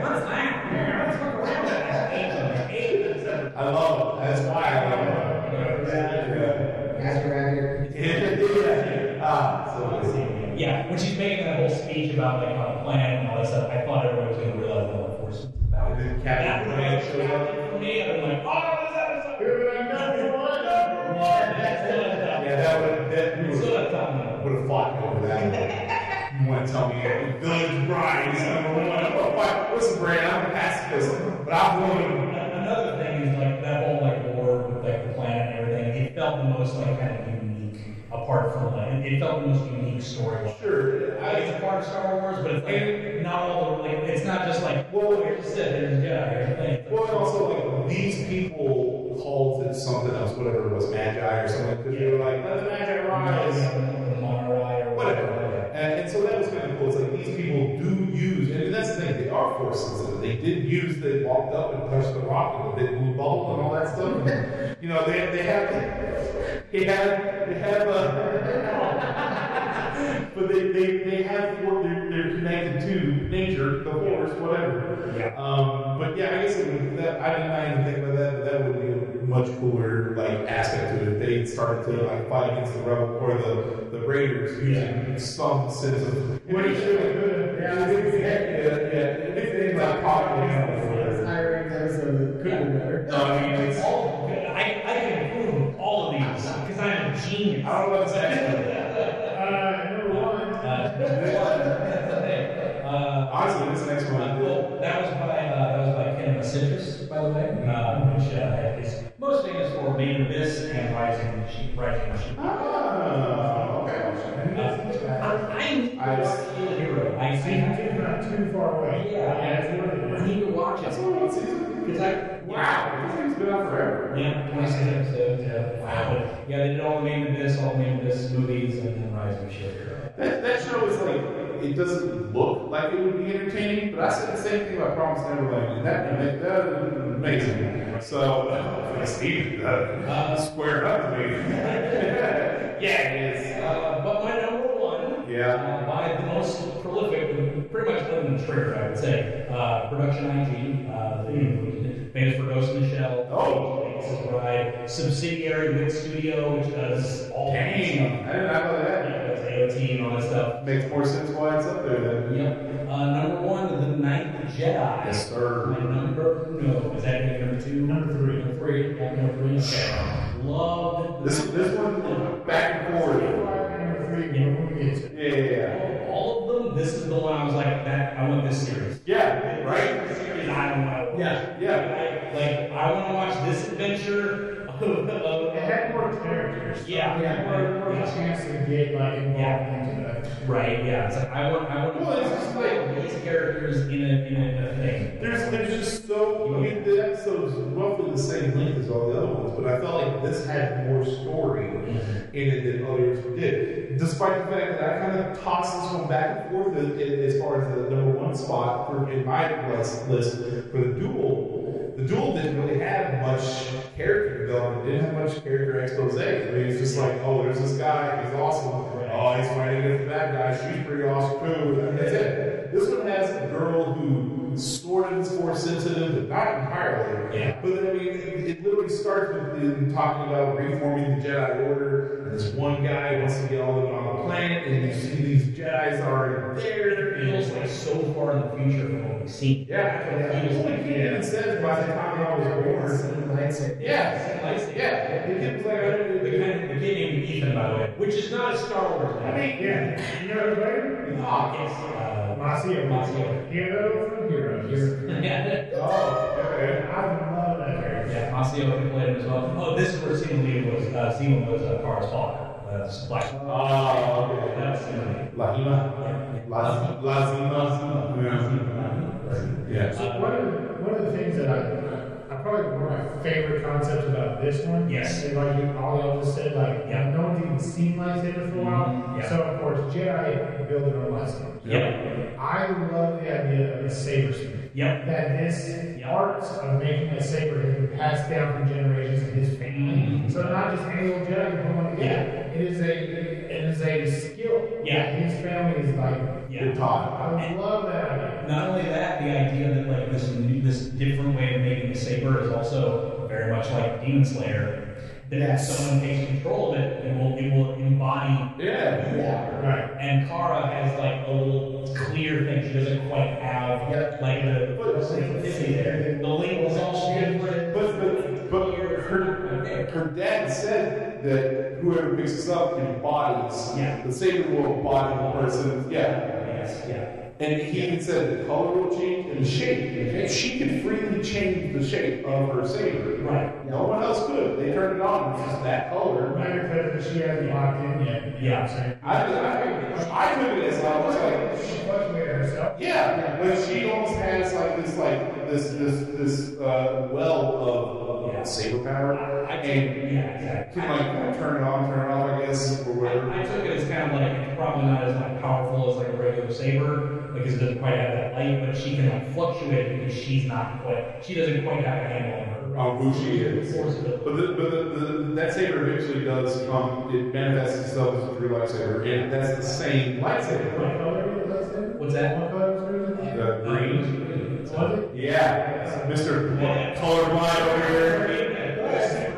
D: I love it. That's why I love it.
H: Master Rabbit.
D: Yeah. Ah, so
B: Yeah, when she's making that whole speech about like on the planet and all that stuff, I thought everyone was gonna realize how enforcement is about.
D: And then
B: That
D: Captain
B: was
D: Grant shows up.
B: for me. I'm like, oh, this episode.
D: Yeah, that would that we would have fought over that. one. You want to tell me Village Bride is number one? I'm gonna fight. Listen, Brand, I'm a pacifist, but I'm willing
B: Another thing is like that whole like war with like the planet and everything. It felt the most like kind of unique, apart from like it felt the most unique story.
D: Sure.
B: I it's a part of Star Wars, but it's like not all the like it's not just like whoa, here's a Sith, here's a Jedi, here's a thing. It's like-
D: Well, and also, like, these people called it something else, whatever it was, Magi or something, because they were like, let the Magi rise, whatever. And, and so that was kind of cool. It's like, these people do use, and that's the thing, they are force sensitive. They did use, they walked up and touched the rock and they blew bubble and all that stuff. you know, they, they have, they have, they have, uh, but they, they, they have for- they're, they're connected to nature, the force, whatever.
B: Yeah.
D: Um, but yeah, I guess it would, that, I didn't, I didn't think about that. But that would be a much cooler like aspect to it. If they started to like fight against the rebel or the, the raiders using some sense of
F: What he should have
D: Yeah,
F: done.
D: yeah, yeah. If they like pocket
H: It's
D: yeah.
H: ironic episode. Could have been better.
D: No, I mean it's.
B: All good. I, I can prove all of these because I'm a genius.
D: I don't know if it's actually.
F: Uh, number one.
B: Uh,
D: Honestly, this next one.
B: uh, well, that was by uh, that was by Ken Citrus, by the way.
H: away.
B: uh, which uh, is most famous for being Abyss and Rising the Sheep, Rising the Sheep.
D: Ah, okay.
B: I, I,
D: I-
B: see the hero. I see
F: I
B: him.
F: think we're not too far away.
B: Yeah,
F: it's worth
B: I
F: it.
B: need to watch it.
D: That's only one season.
B: Because I,
D: Wow, this thing's been out forever.
B: Yeah, 26 episodes. Yeah, wow. But, yeah, they did all the main Abyss, all the main Abyss movies, and then Rising the Sheep.
D: That, that show is like it doesn't look like it would be entertaining, but I said the same thing about Promise Neverland, and that that, that was amazing. So uh, Steve uh, squared up to me. yeah, it is.
B: Uh, but my number one,
D: Yeah.
B: uh, by the most prolific, pretty much other than Trigger, I would say, uh, Production IG, uh, the famous for Ghost in the Shell.
D: Hmm. Oh.
B: This is by subsidiary Wit Studio, which does all that
D: Dang,
B: stuff.
D: I did not know that.
B: Yeah, does AOT and all that stuff.
D: Makes more sense why it's up there then.
B: Yep. Uh, number one, The Ninth Jedi.
D: Yes,
B: My
D: sir.
B: number, no, is that your number two? Number three. Number three, yeah, number three. Okay. Loved
D: This this one back and forth.
F: Number three, you know, when we get to it.
D: Yeah, yeah, yeah.
B: all of them. This is the one I was like, that I want this series.
D: Yeah, right.
B: series I don't know.
H: Yeah.
D: Yeah.
B: I, like, I want to watch this adventure of,
F: It had more characters.
B: yeah,
F: Yeah, more, more chance to get like involved
B: Yeah.
F: into that.
B: Right, yeah. It's like, I want, I want
D: Well, it's just like-
B: these characters in a, in a, in a thing.
D: There's, there's just so, I mean, the episode's roughly the same length as all the other ones, but I felt like this had more story in it than others did. Despite the fact that I kind of tossed this one back and forth as, as far as the number one spot for, in my list, list for the duel. The duel didn't really have much character development, didn't have much character expose. I mean, it's just like, oh, there's this guy, he's awesome. Oh, he's fighting against that guy, she's pretty awesome too. And that's it. This one has a girl who sort of is more sensitive, but not entirely.
B: Yeah.
D: But then, I mean, it, it literally starts with them talking about reforming the Jedi Order, and this one guy wants to get all of them on the planet, and you see these Jedi's are there, they're
B: It feels like so far in the future from what we've seen.
D: yeah,
B: It
D: yeah. He
B: feels
D: only
B: like-
D: came in and said by the time I was born.
H: Lightsaber.
D: Yeah, yeah. He didn't play out
B: The kid, the kid named Ethan, by the way, which is not a Star Wars.
D: I mean,
F: Yeah. You know who?
B: Ah, yes. Uh,
F: Masio.
B: Masio.
F: Hero from Heroes.
B: yeah.
D: Oh, okay.
F: I love that character.
B: Yeah, Masio can play him as well. Oh, this is where Sima Lee was. Uh, Sima was uh, Kara's father. Uh, Spike.
D: Oh, okay.
B: That's Sima
D: Lahima. Lazima. Lazima. Yes.
B: Lee.
F: Uh, One of, the, one of the things that I, I probably one of my favorite concepts about this one.
B: Yes.
F: And like you, all y'all just said, like
B: Yeah. Mm-hmm.
F: no one's even seen lightsaber for a while.
B: Yeah.
F: So of course Jedi build their own lightsaber.
B: Yep.
F: I love the idea of a saber sword.
B: Yep.
F: That this
B: Yeah.
F: art of making a saber has been passed down from generations to his family.
B: Mhm.
F: So not just any old Jedi can put one together. It is a it is a skill
B: Yeah.
F: that his family is like.
D: Good
B: Yeah.
D: talk.
F: I love that idea.
B: Not only that, the idea that like this new, this different way of making the saber is also very much like Demon Slayer. That
H: Yes.
B: someone takes control of it, it will it will embody
D: Yeah.
H: Yeah.
F: Right.
B: And Kara has like a little clear thing. She doesn't quite have
H: Yep.
B: like the
D: But-
B: the link was all different.
D: But, but, but her, her dad said that whoever picks this up embodies.
B: Yeah.
D: The savior will embody the person. Yeah.
B: Yes, yeah.
D: And he even said the color will change and the shape. She could freely change the shape of her savior.
B: Right.
D: No one else could. They turned it on. It's just that color.
F: Maybe because she hasn't locked in yet. You know what I'm saying?
D: I, I, I took it as I was like,
F: She fluctuated herself.
D: yeah, but she almost has like this, like this, this, this uh, well of
B: Yeah.
D: saber power,
B: I
D: and
B: yeah, exactly.
D: can like turn it on, turn it off, I guess, or whatever.
B: I, I took it as kind of like it's probably not as like powerful as like a regular saber because it doesn't quite have that light, but she can like fluctuate it because she's not quite she doesn't quite have a handle on her
D: On Oh, who she is.
B: force ability.
D: But, the, but the, the, that saber eventually does come, it manifests itself through lightsaber, and that's the same lightsaber.
F: What color was that?
B: What's that?
F: What color was it?
D: The green.
F: Was it?
D: Yeah, Mr. Colorblind over here.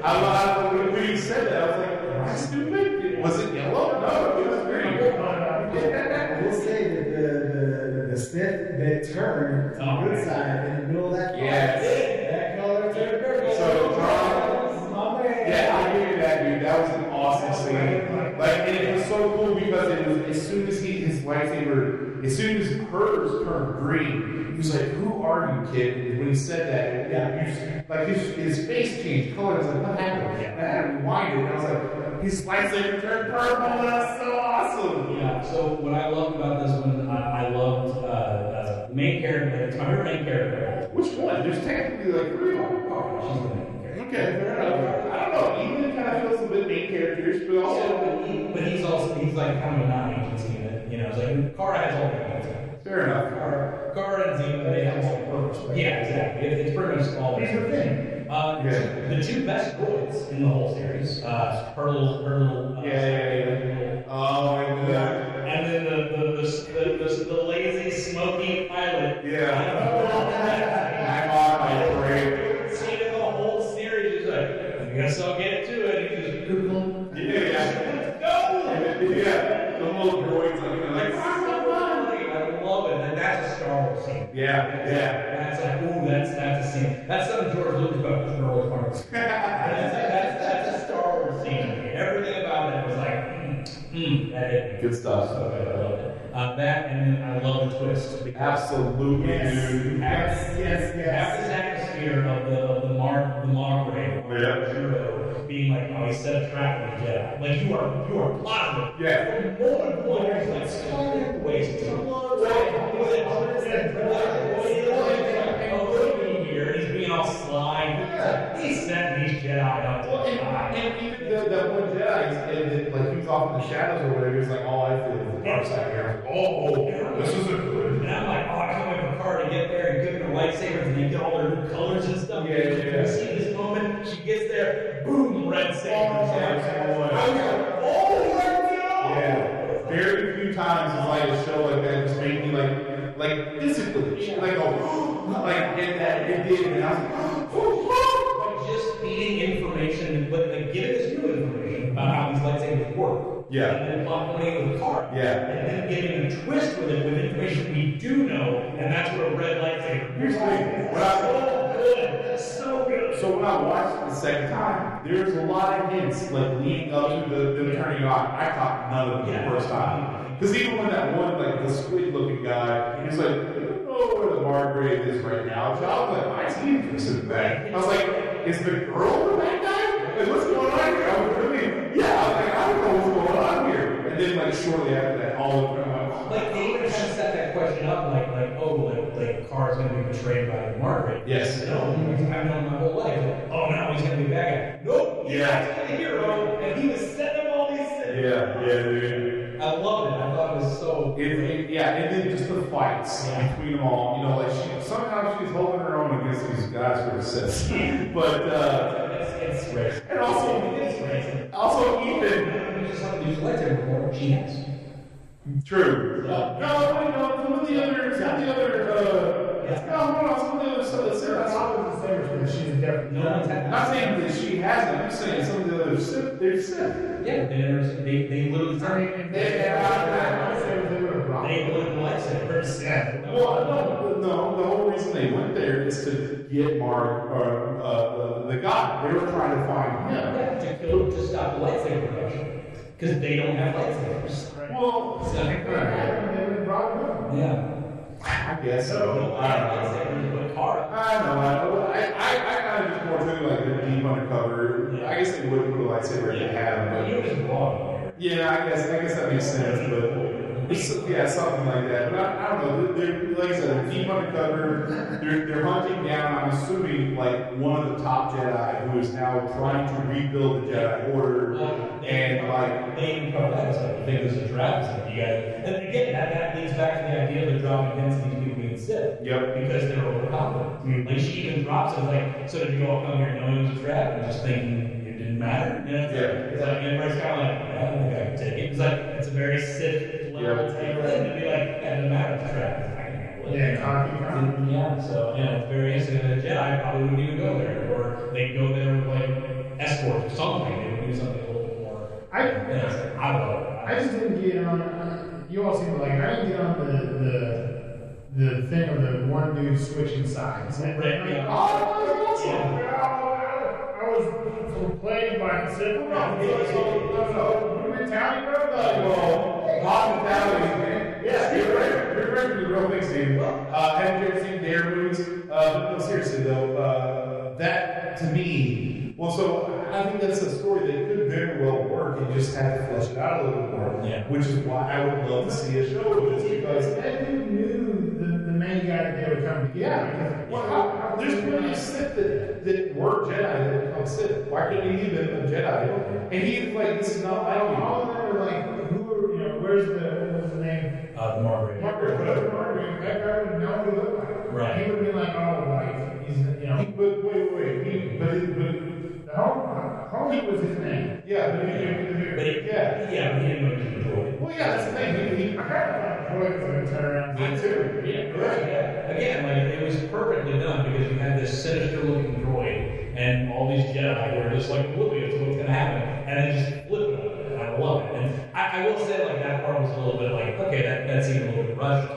D: I love when, when you said that. I was like, am I stupid? Was it yellow? No, it was green.
H: I will say that the, the, the Sith that turned to
B: Oh,
H: the good
B: man.
H: side in the middle of that fight,
D: Yes.
H: that color turned purple.
D: So, John-
H: my man.
D: Yeah, I hear that, dude. That was an awesome scene. Like, and it was so cool because it was as soon as he his lightsaber, as soon as hers turned green, he was like, "Who are you, kid?" did when he said that. Yeah, you, s- like his, his face changed color. I was like, what happened?
B: Yeah.
D: And I had to rewind it. And I was like, his lightsaber turned purple. That's so awesome.
B: Yeah, so what I loved about this one, I, I loved uh, uh, the main character, it's my favorite main character.
D: Which one? There's technically like three.
B: Oh, she's the main character.
D: Okay, fair enough. I don't know. Even kind of feels a bit main characters, but also
B: Also, but, he, but he's also, he's like kind of a non-agency unit, you know, it's like, Kara has all the guns.
D: fair enough.
B: Kara, Kara and Zima, they have all the purpose, right? Yeah, exactly, It- it's pretty much all
F: He's the thing.
B: Uh,
D: Yeah.
B: The two best droids in the whole series, uh, her little, her little, uh,
D: Yeah, yeah, yeah. Oh, I knew that.
B: And then the, the, the, the, the, the lazy, smoky pilot.
D: Yeah. I'm on my parade.
B: seen in the whole series. He's like, I guess I'll get to it. He just Google.
D: Yeah.
B: No!
D: Yeah. The little droids like,
B: It's
D: like
B: so funny. I love it. And that's a Star Wars scene.
D: Yeah, yeah.
B: That's like, ooh, that's that's a scene. That's something George Lucas about in the early parts. And it's like, that's, that's a Star Wars scene. Everything about it was like, mm, mm, that hit me.
D: Good stuff.
B: So good. I loved it. Uh, that and then I love the twist. because-
D: Absolutely,
F: Yes.
D: dude.
F: Yes, yes,
B: Half
F: yes.
B: this atmosphere of the of the mark the mark ray
D: Yeah.
B: hero being like, oh, he set a trap with a Jedi. Like you are you are plotting. it.
D: Yeah.
B: From moment one, you're just like stalling at the waist. It's a long way. It's a hundred and forty. It's like, oh, look at him here. He's being all sly. It's like, He set these Jedi up
D: Well,
B: to
D: and,
B: die.
D: and even the, that one Jedi, and it, like he was off in the shadows or whatever. He was like, "All I feel is the dark side here." I was like, Oh, this isn't good.
B: And I'm like, oh, I can't wait for Car to get there and give them the lightsabers and they get all their new colors and stuff.
D: Yeah, yeah, yeah.
B: You see this moment, she gets there, boom, red saber.
D: Yeah. Very few times has like a show like that just made me like like physically like oh like it, that it did and I was like
B: By just feeding information, but like giving us new information about how these lightsabers work.
D: Yeah.
B: And then plot pointing it with Car.
D: Yeah.
B: And then giving a twist with it with information we do know, and that's where red lightsaber.
D: Here's the thing. When I-
B: so good. So good.
D: So when I watched it the second time, there's a lot of hints like leading up to the, them turning on. I caught none of them
B: Yeah.
D: the first time. Because even when that one, like the squid looking guy, he was like, I don't know where the Margrave is right now. So I was like, my team is in that. I was like, is the girl with that guy? Like, what's going on here? I was really, yeah, I was like, I don't know what's going on here. And then like shortly after that, all of them, I'm like,
B: Like they even kind of set that question up, like like oh like like Car's gonna be betrayed by Margaret.
D: Yes.
B: No, I've known my whole life. Like, oh now he's gonna be back. Nope. He's
D: Yeah.
B: actually the hero, and he was setting up all these things.
D: yeah, yeah, dude.
B: I loved it. I thought it was so.
D: It, it- yeah, and then just the fights
B: Yeah.
D: between them all. You know, like she, somehow she's holding her own against these guys for assists. but uh,
B: it's it's racist.
D: and also,
B: It's racist.
D: also Ethan.
B: You just have to use lightsaber before she has.
D: True. No, wait, no. Some of the other, some of the other. Uh, no, hold on. Some of the other stuff that's
F: They're opposite sabers, but she's a different.
B: No one's had that.
D: I'm not saying that she hasn't. I'm just saying some of the other Sith, they're Sith.
B: Yeah, they're, they they literally
F: I mean, if they
D: Yeah.
F: had opposite sabers, they would have rocked.
B: they blew the lightsabers.
F: Yeah.
D: Well, no, no. The whole reason they went there is to get Mark, or uh, the god. They were trying to find him.
B: Yeah, to kill to stop the lightsaber production because they don't have lightsabers.
D: Well,
F: If they had, they would have brought them up.
B: Yeah.
D: I guess so. I don't know.
B: lightsabers, but Kara.
D: I know. I know. I, I, I kind of just more think like the deep undercover. I guess they would put a lightsaber if they had,
B: You
D: them,
B: were just wrong.
D: but yeah, I guess I guess that makes sense. But it's, yeah, something like that. But I, I don't know. They're, they're- like I said, deep undercover. They're they're hunting down. I'm assuming like one of the top Jedi who is now trying to rebuild the Jedi Order and like.
B: they even cover that. It's like, you think there's a trap? It's like, you got And again, that, that leads back to the idea of the dropping hints these people being sick.
D: Yep.
B: Because they're overconfident.
D: Mm.
B: Like, she even drops it, like, so did you all come here knowing it was a trap and just thinking it didn't matter? You know, it's
D: Yeah.
B: Like, it's like, everybody's kind of like, I don't think I can take it. It's like, it's a very sick level
D: Yep.
B: type thing to be like, that doesn't matter, it's a trap. I can handle it.
F: Yeah, cocky, cocky.
B: Yeah, so yeah, it's very interesting. The Jedi probably wouldn't even go there, or they go there with like escorts or something. They would do something a little bit more.
F: I-
B: yeah, I uh, love it.
F: I just didn't get on. uh, You all seem to like I didn't get on the the the thing of the one dude switching sides. And
B: Right,
F: like,
B: yeah.
F: Oh, that was awesome. I was complained by it. Said, "Come on, so, so, so, so, you mentality, bro." Like, well,
D: Hospitality. Yes, you're right. You're right. You're real big, Steve. Uh, have you ever seen Dare movies? Uh, Uh, but no, seriously though, uh, that to me, well, so I think that's a story that could very well work and just have to flesh it out a little bit more.
B: Yeah.
D: Which is why I would love to see a show of this because.
F: That dude knew the, the main guy that they would come to.
D: Yeah, well, how, how, there's plenty of Sith that, that were Jedi that become Sith. Why couldn't he have been a Jedi? And he's like, this is not my
F: All
D: own.
F: of them are like, who are, you know, where's the, what was the name?
B: Uh, the Marbury.
F: Margaret, whatever Margaret, that guy would know what he looked like.
B: Right.
F: He would be like, oh, like, he's, you know,
D: But wait, wait, wait. He, but, he- but
F: the home, home was his name.
D: yeah, but he-
B: But it,
D: Yeah.
B: yeah, but he didn't really keep it.
D: well, yeah, that's the thing. He, he,
F: I kind of like Troy to turn around.
D: me too.
B: Yeah, right. Yeah. Again, like it was perfectly done because you had this sinister-looking droid and all these Jedi were just like oblivious to what's going to happen, and then just flip it on it. And I love it. And I, I will say, like that part was a little bit like, okay, that, that's even a little bit rushed.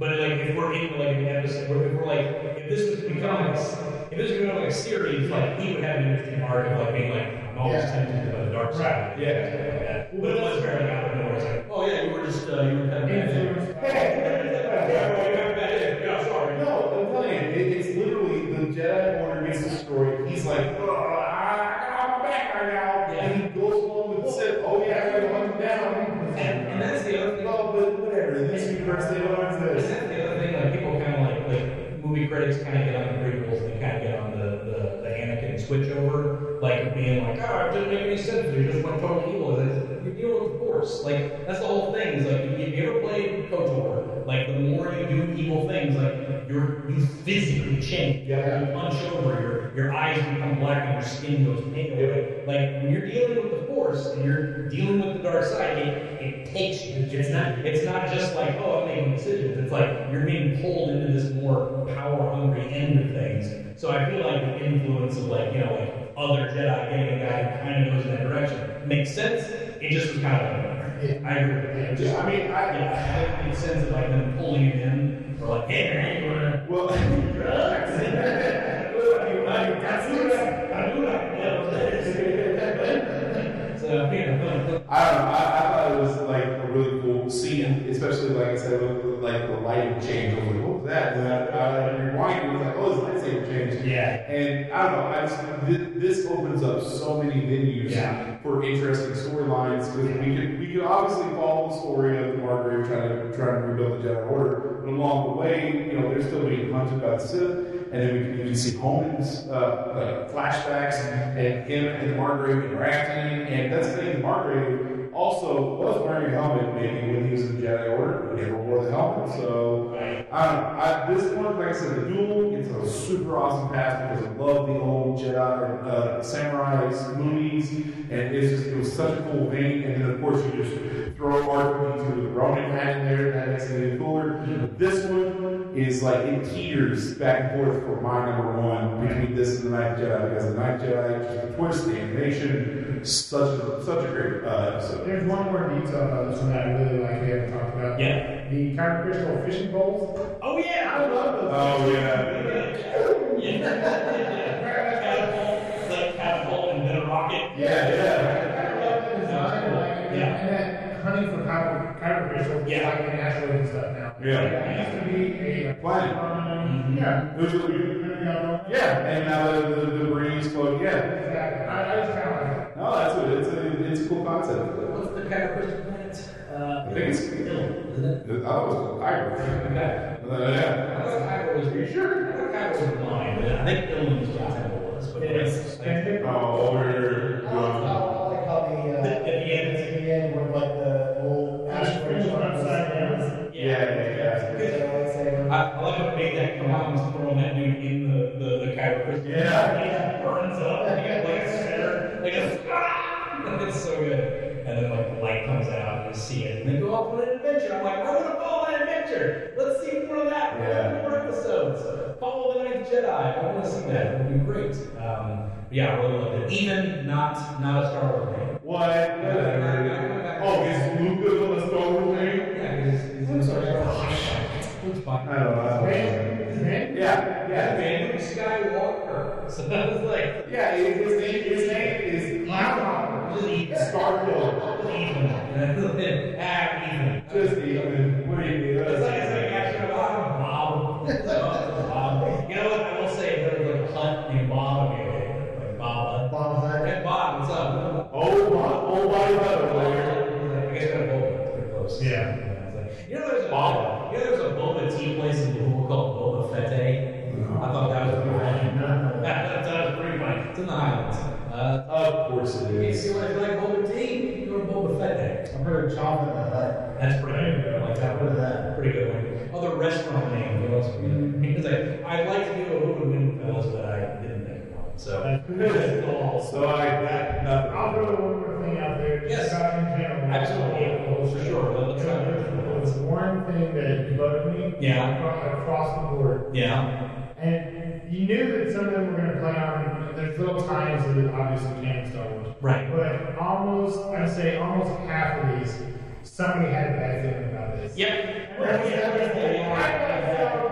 B: But like, if we're in like an episode, where if we're like, if this was becoming, if this was becoming like a series, like he would have an interesting arc of like being like, I'm always
F: Yeah.
B: tempted by the dark side.
D: Right. Yeah.
B: Something like that. But it was very out of nowhere. It's like, oh yeah, you were just uh, you were kind of
F: Influenced by-
D: No, I'm telling you, it, it's literally the Jedi Order gets destroyed. He's like, "Ugh, I got my back right now.
B: Yeah.
D: And he goes along with the Sith. Oh, yeah, I'm going to hunt him down.
B: And- and that's the other thing.
D: No, but whatever. In this universe, they don't have
B: But Is
D: this.
B: that the other thing? Like people kind of like like movie critics kind of get on the prequels and they kind of get on the, the the Anakin switchover, like being like, oh, it didn't make any sense. You just went totally evil. It's- You deal with the Force. Like that's the whole thing. Is like if you ever played KOTOR, like the more you do evil things, like you're you physically change.
D: Yeah.
B: You hunch over. Your your eyes become black and your skin goes pale.
D: Yeah.
B: Like when you're dealing with the Force and you're dealing with the dark side, it, it takes you. It's not it's not just like oh I'm making decisions. It's like you're being pulled into this more power hungry end of things. So I feel like the influence of like you know like other Jedi getting a guy who kind of goes in that direction makes sense. It just was kind of I agree. It just,
D: Yeah, I mean, I-
B: yeah, it makes sense of like them pulling you in or like hey man, you wanna
D: Well,
B: So, you know,
D: I don't know. I, I thought it was like a really cool scene, especially like I said, with with, like the lighting change. I was like, what was that? And then I, I rewind and was like, oh, his lightsaber changed.
B: Yeah.
D: And I don't know. I just thi- this opens up so many venues
B: Yeah.
D: for interesting storylines because we could we could obviously follow the story of the Margrave trying to trying to rebuild the Jedi Order, but along the way, you know, they're still being hunted by the Sith. And then we can even see Holman's uh, like flashbacks and him and the Margrave interacting. And that's the thing, the Margrave also was wearing a helmet maybe when he was in the Jedi Order, but never wore the helmet. So I don't know. I, this one, like I said, the duel, it's a super awesome pass because I love the old Jedi uh, samurais movies, and it's just it was such a cool vein. And then of course you just throw R2D2 with the Ronin hat in there, that makes it even cooler. But this one is like it teeters back and forth for my number one between this and the Ninth Jedi because the Ninth Jedi twist, the animation, such a, such a great uh, episode.
F: There's one more detail about this one that I really like we haven't talked about.
B: Yeah.
F: The Kyber Crystal fishing poles.
B: oh yeah,
F: I love those.
D: Oh yeah.
B: Catapult, like catapult and then a rocket.
D: Yeah, yeah.
F: I love the design. Like, and
B: Yeah.
F: that hunting for Kyber, Kyber crystals
B: Yeah.
F: is like an asteroid and stuff now.
D: Yeah.
F: Like, it used to be a
D: Planet.
F: Um, Yeah.
D: It was really good. Yeah, and now the, the, the debris explode. Yeah,
F: Exactly. I, I just kind of like that.
D: no, that's what it is. It's a, it's a cool concept.
B: What's the kind of crystal planet?
D: I
B: Uh,
D: think it's.
B: Dylan, isn't it?
D: I thought it was Irish.
B: Okay.
D: Uh, yeah.
B: I thought Kyber was pretty sure. I thought Kyber was blind, but I think Dylan was what Kyber was. But
F: It's-
B: like,
F: it's-
D: Oh, over here.
H: I like how- I like how the, uh,
B: At the end.
H: at the end where like the old asteroid
F: it's
H: shot was-
F: upside down.
D: Yeah, yeah,
H: That's what I would say.
B: I, I like how big that Kalam's throwing that dude in the, the, the Kyber crystal.
D: Yeah.
B: He burns up, and he got like a shredder. Like a, ah! It's so good. And then like the light comes out, and you see it. And they go off on an adventure. I'm like, I want to follow that adventure. Let's see more of that.
D: Yeah.
B: More episodes. Follow the Ninth Jedi. I want to see that. It would be great. Um, but yeah, I really loved it. Even not not a Star Wars fan.
D: yeah. What? Whatever. Oh, is Luca the Star Wars name?
B: Yeah, he's, he's Looks
D: I
B: fine.
D: don't know. I don't know.
F: Man, his name?
D: Yeah, yeah.
B: Luke Skywalker. So I was like.
D: Yeah, his his name, his name is Clown.
B: Just eat.
D: Star Killer.
B: Just eat them. Ah, eat them.
D: Just even. What do you mean?
B: It's like- it's like actually a lot of Bob. It's a lot of Bob. You know what? I will
D: Oh, my, oh, my, brother.
B: I guess we got a Boba. Pretty close.
F: Yeah.
B: It's like, you know, there's a
D: Boba.
B: You know, there's a Boba tea place in Louisville called Boba Fete. I thought that was pretty funny. that was pretty funny. It's in the Highlands. Uh,
D: Of course it
B: you
D: is.
B: see what I feel like Boba tea? Go to Boba Fete.
H: I've heard Java in my life.
B: That's pretty good. I like that
H: What
B: one.
H: is that?
B: Pretty good one. Other restaurant name. What else? Because I I'd like to do a Boba Windfells, but I didn't make one. So.
D: So I that nothing.
F: I'll throw one more thing out there. just
B: Yes.
F: about in general.
B: Absolutely. For sure. Well, let's not-
F: There was one thing that bugged me.
B: Yeah.
F: acro- Across the board.
B: Yeah.
F: And you knew that some of them were going to play on, there's little times that obviously can't Star Wars.
B: Right.
F: But almost, I'd say almost half of these, somebody had a bad feeling about this.
B: Yep.
F: I was- I was- I was kind of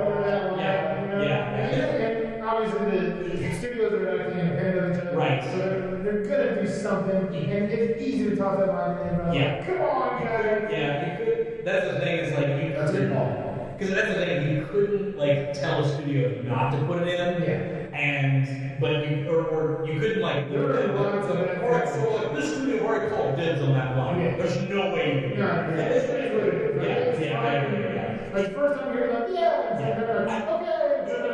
F: over that one,
B: Yeah,
F: you know?
B: yeah.
F: And, you know, and Obviously, the studios are not compared to each other.
B: Right.
F: So they're, they're gonna do something, and it's easier to talk that line than about,
B: Yeah.
F: come on, guys.
B: Yeah, you could. That's the thing. Is like you.
H: That's a good call.
B: Because that's the thing. You couldn't like tell a studio not to put it in.
F: Yeah.
B: And but you or, or you couldn't like.
F: There were lots of that.
B: Or it's sort of like, this studio already called dibs on that line.
F: Yeah.
B: There's no way. You can do
F: No, yeah,
B: that.
F: it's pretty rude, right?
B: Yeah,
F: It's
B: yeah,
F: fine,
B: I agree,
F: you know.
B: yeah.
F: Like, first time you're like, yeah, it's like, okay,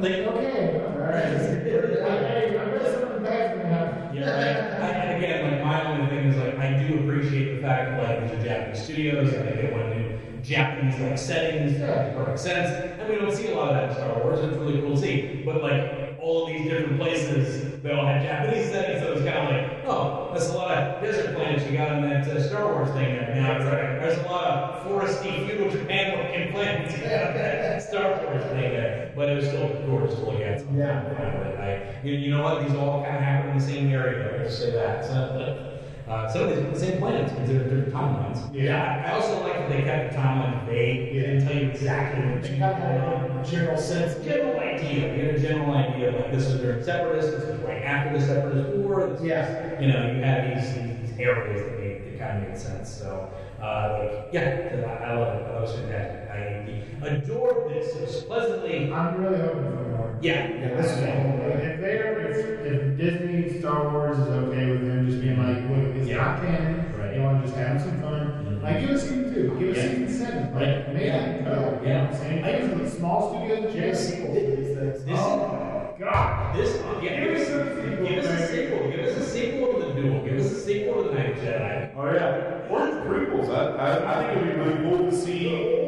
B: Like-
F: it's like, okay, all right. Like, hey, I bet something bad's gonna happen.
B: Yeah, I, I, and again, like my only thing is like I do appreciate the fact that like these are Japanese studios and like, they want to do Japanese like settings,
F: Yeah.
B: perfect sense, and we don't see a lot of that in Star Wars. It's really cool to see, but like all of these different places, they all had Japanese settings, so it's kind of like, oh, that's a lot of desert planets you got on that uh, Star Wars thing. there. Now it's like there's a lot of foresty feudal Japan looking planets you got on that Star Wars thing there, but it was still gorgeous to look at. So
H: Yeah.
B: but I, you, you know what? These all kind of happen in the same area. Let's just say that. So, uh, some of these same planets considered different timelines.
F: Yeah.
B: I I also like that they kept the timeline vague
F: Yeah.
B: and tell you exactly what
H: They
B: you
H: got
B: going on
H: that general sense.
B: general idea. You had a general idea like this was during separatists, this was right after the separatist war. This was-
H: Yeah.
B: you know, you had these, these areas that made that kind of made sense. So, uh, like, yeah, so I, I love it. I was fantastic. I adore this. It was pleasantly.
F: I'm really hoping for more.
B: Yeah.
H: Yeah, this is a whole
F: Like,
H: other-
F: If they are, if, if Disney Star Wars is okay with them just being like, look, it's
B: Yeah.
F: not canon,
B: Right. Mm-hmm.
F: you want to just have some fun, like give us season two, give us
B: Yeah.
F: season seven, like
B: Right.
F: make
B: Yeah.
F: it go. You know
B: Yeah.
F: what I'm saying? Give us a small studio that
H: They have
F: just
H: sequels to these
B: This,
H: things.
F: Oh, God.
B: This, yeah, give us a sequel. Give us a sequel. Give us a sequel to the duel. Give us a sequel to the Night Jedi.
D: Oh yeah, or the prequels. I, I, I think it would be really cool to see.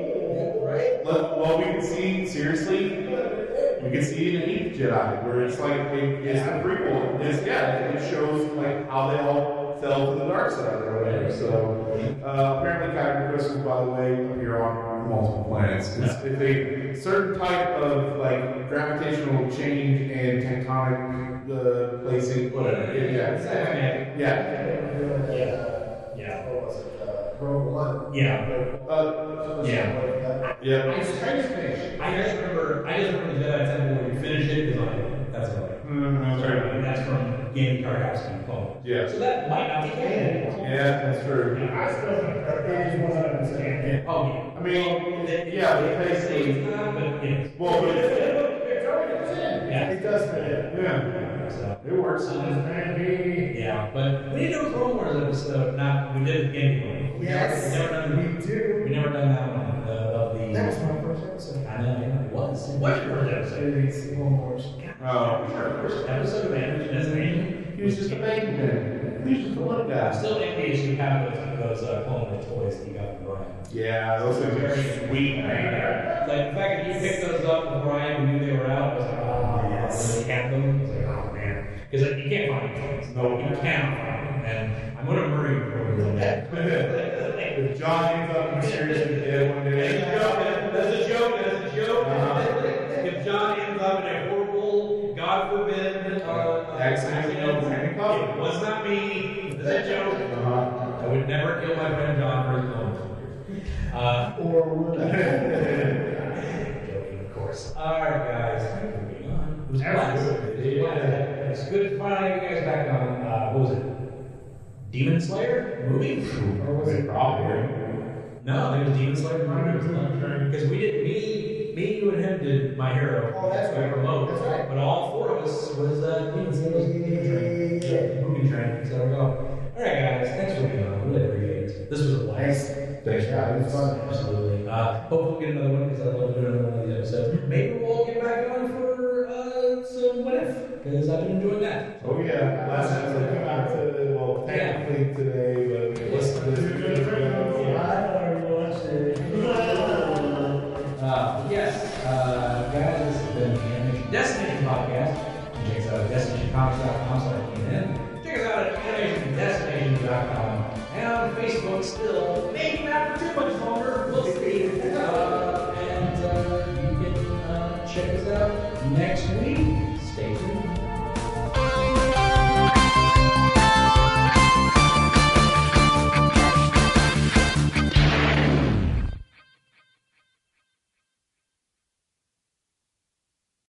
H: Right?
D: Let, well, we can see seriously. We can see it in Ink Jedi, where it's like it, it's the prequel. It's yeah, it shows like how they all fell to the dark side or whatever. So uh, apparently, Kyber crystals, by the way, appear on multiple planets. It's, If they certain type of like gravitational change and tectonic the placing, whatever. Yeah,
B: Yeah.
D: yeah.
B: Yeah.
H: What was it? Uh, Rogue One.
B: Yeah.
D: Uh,
B: Yeah.
D: yeah.
H: I just I just finished.
B: I just remember, I just remember the Jedi Temple when we finish it because like, that's what I like.
D: Mm, that's right.
B: And that's from Game Tarkowski Clone.
D: Yeah.
B: So that might not be canon.
D: Yeah, that's true.
F: I still think that it is one hundred percent.
B: Oh, yeah.
D: I mean, yeah, but basically,
B: But, yeah.
D: well, but it's,
F: It's already percent.
B: Yeah.
H: It does fit in.
D: yeah,
B: So,
D: it works.
B: um, yeah. But we did do a Clone Wars episode, not, we did a Game one. We never-
H: Yes,
B: We never done,
H: we do.
B: we never done that one uh, of the.
H: That was my first episode.
B: I know, yeah, it was. What's your first episode?
H: Two weeks, one more.
D: Oh,
B: Our first episode of Animation Destination.
D: he was just a baby man. He was just a little
B: I'm
D: guy.
B: still envious you have those, those uh, Clone Wars toys that you got from Brian.
D: Yeah, those things are sweet, man.
B: Like the fact that you picked those up with Brian and knew they were out, I was like, oh, yes. When you had them, I was like, oh, man. Because like, you can't find these toys. No, you can't find them. And I'm going to murder you for real.
D: If John ends up being seriously dead one day, Uh-huh.
B: That's a joke. That's a joke. If John ends up in a horrible, God forbid, uh,
D: Accident,
B: it
D: handcuffed.
B: was not me. It's a joke.
D: uh,
B: I would never kill my friend John for his own. Uh,
H: Or would I?
B: Joking, of course. All right, guys. Moving on. It was
D: Absolutely.
B: It was blast. It's good to finally have you guys back on. Uh, what was it? Demon Slayer movie?
D: or was it probably?
B: No, I think it was Demon Slayer. Because we did me, me, you, and him did My Hero.
H: Oh, that's
B: We
H: right.
B: remote.
H: That's right.
B: But all four of us was uh, Demon Slayer.
H: Yeah.
B: Movie and drink. So we're going, all right, guys, thanks for being on. Really appreciate it. This was a blast.
D: Thanks,
H: Yeah, it was fun.
B: Absolutely. Uh, hopefully we'll get another one because I'd love to do another one of these episodes. Maybe we'll get back on for uh, some what if because I've been enjoying that.
D: Oh yeah, last time I come out to well technically today, but listen to this video.
B: Uh, yes, uh, guys, this has been the Animation Destiny podcast. Check us out at destinycomics.com slash Uh,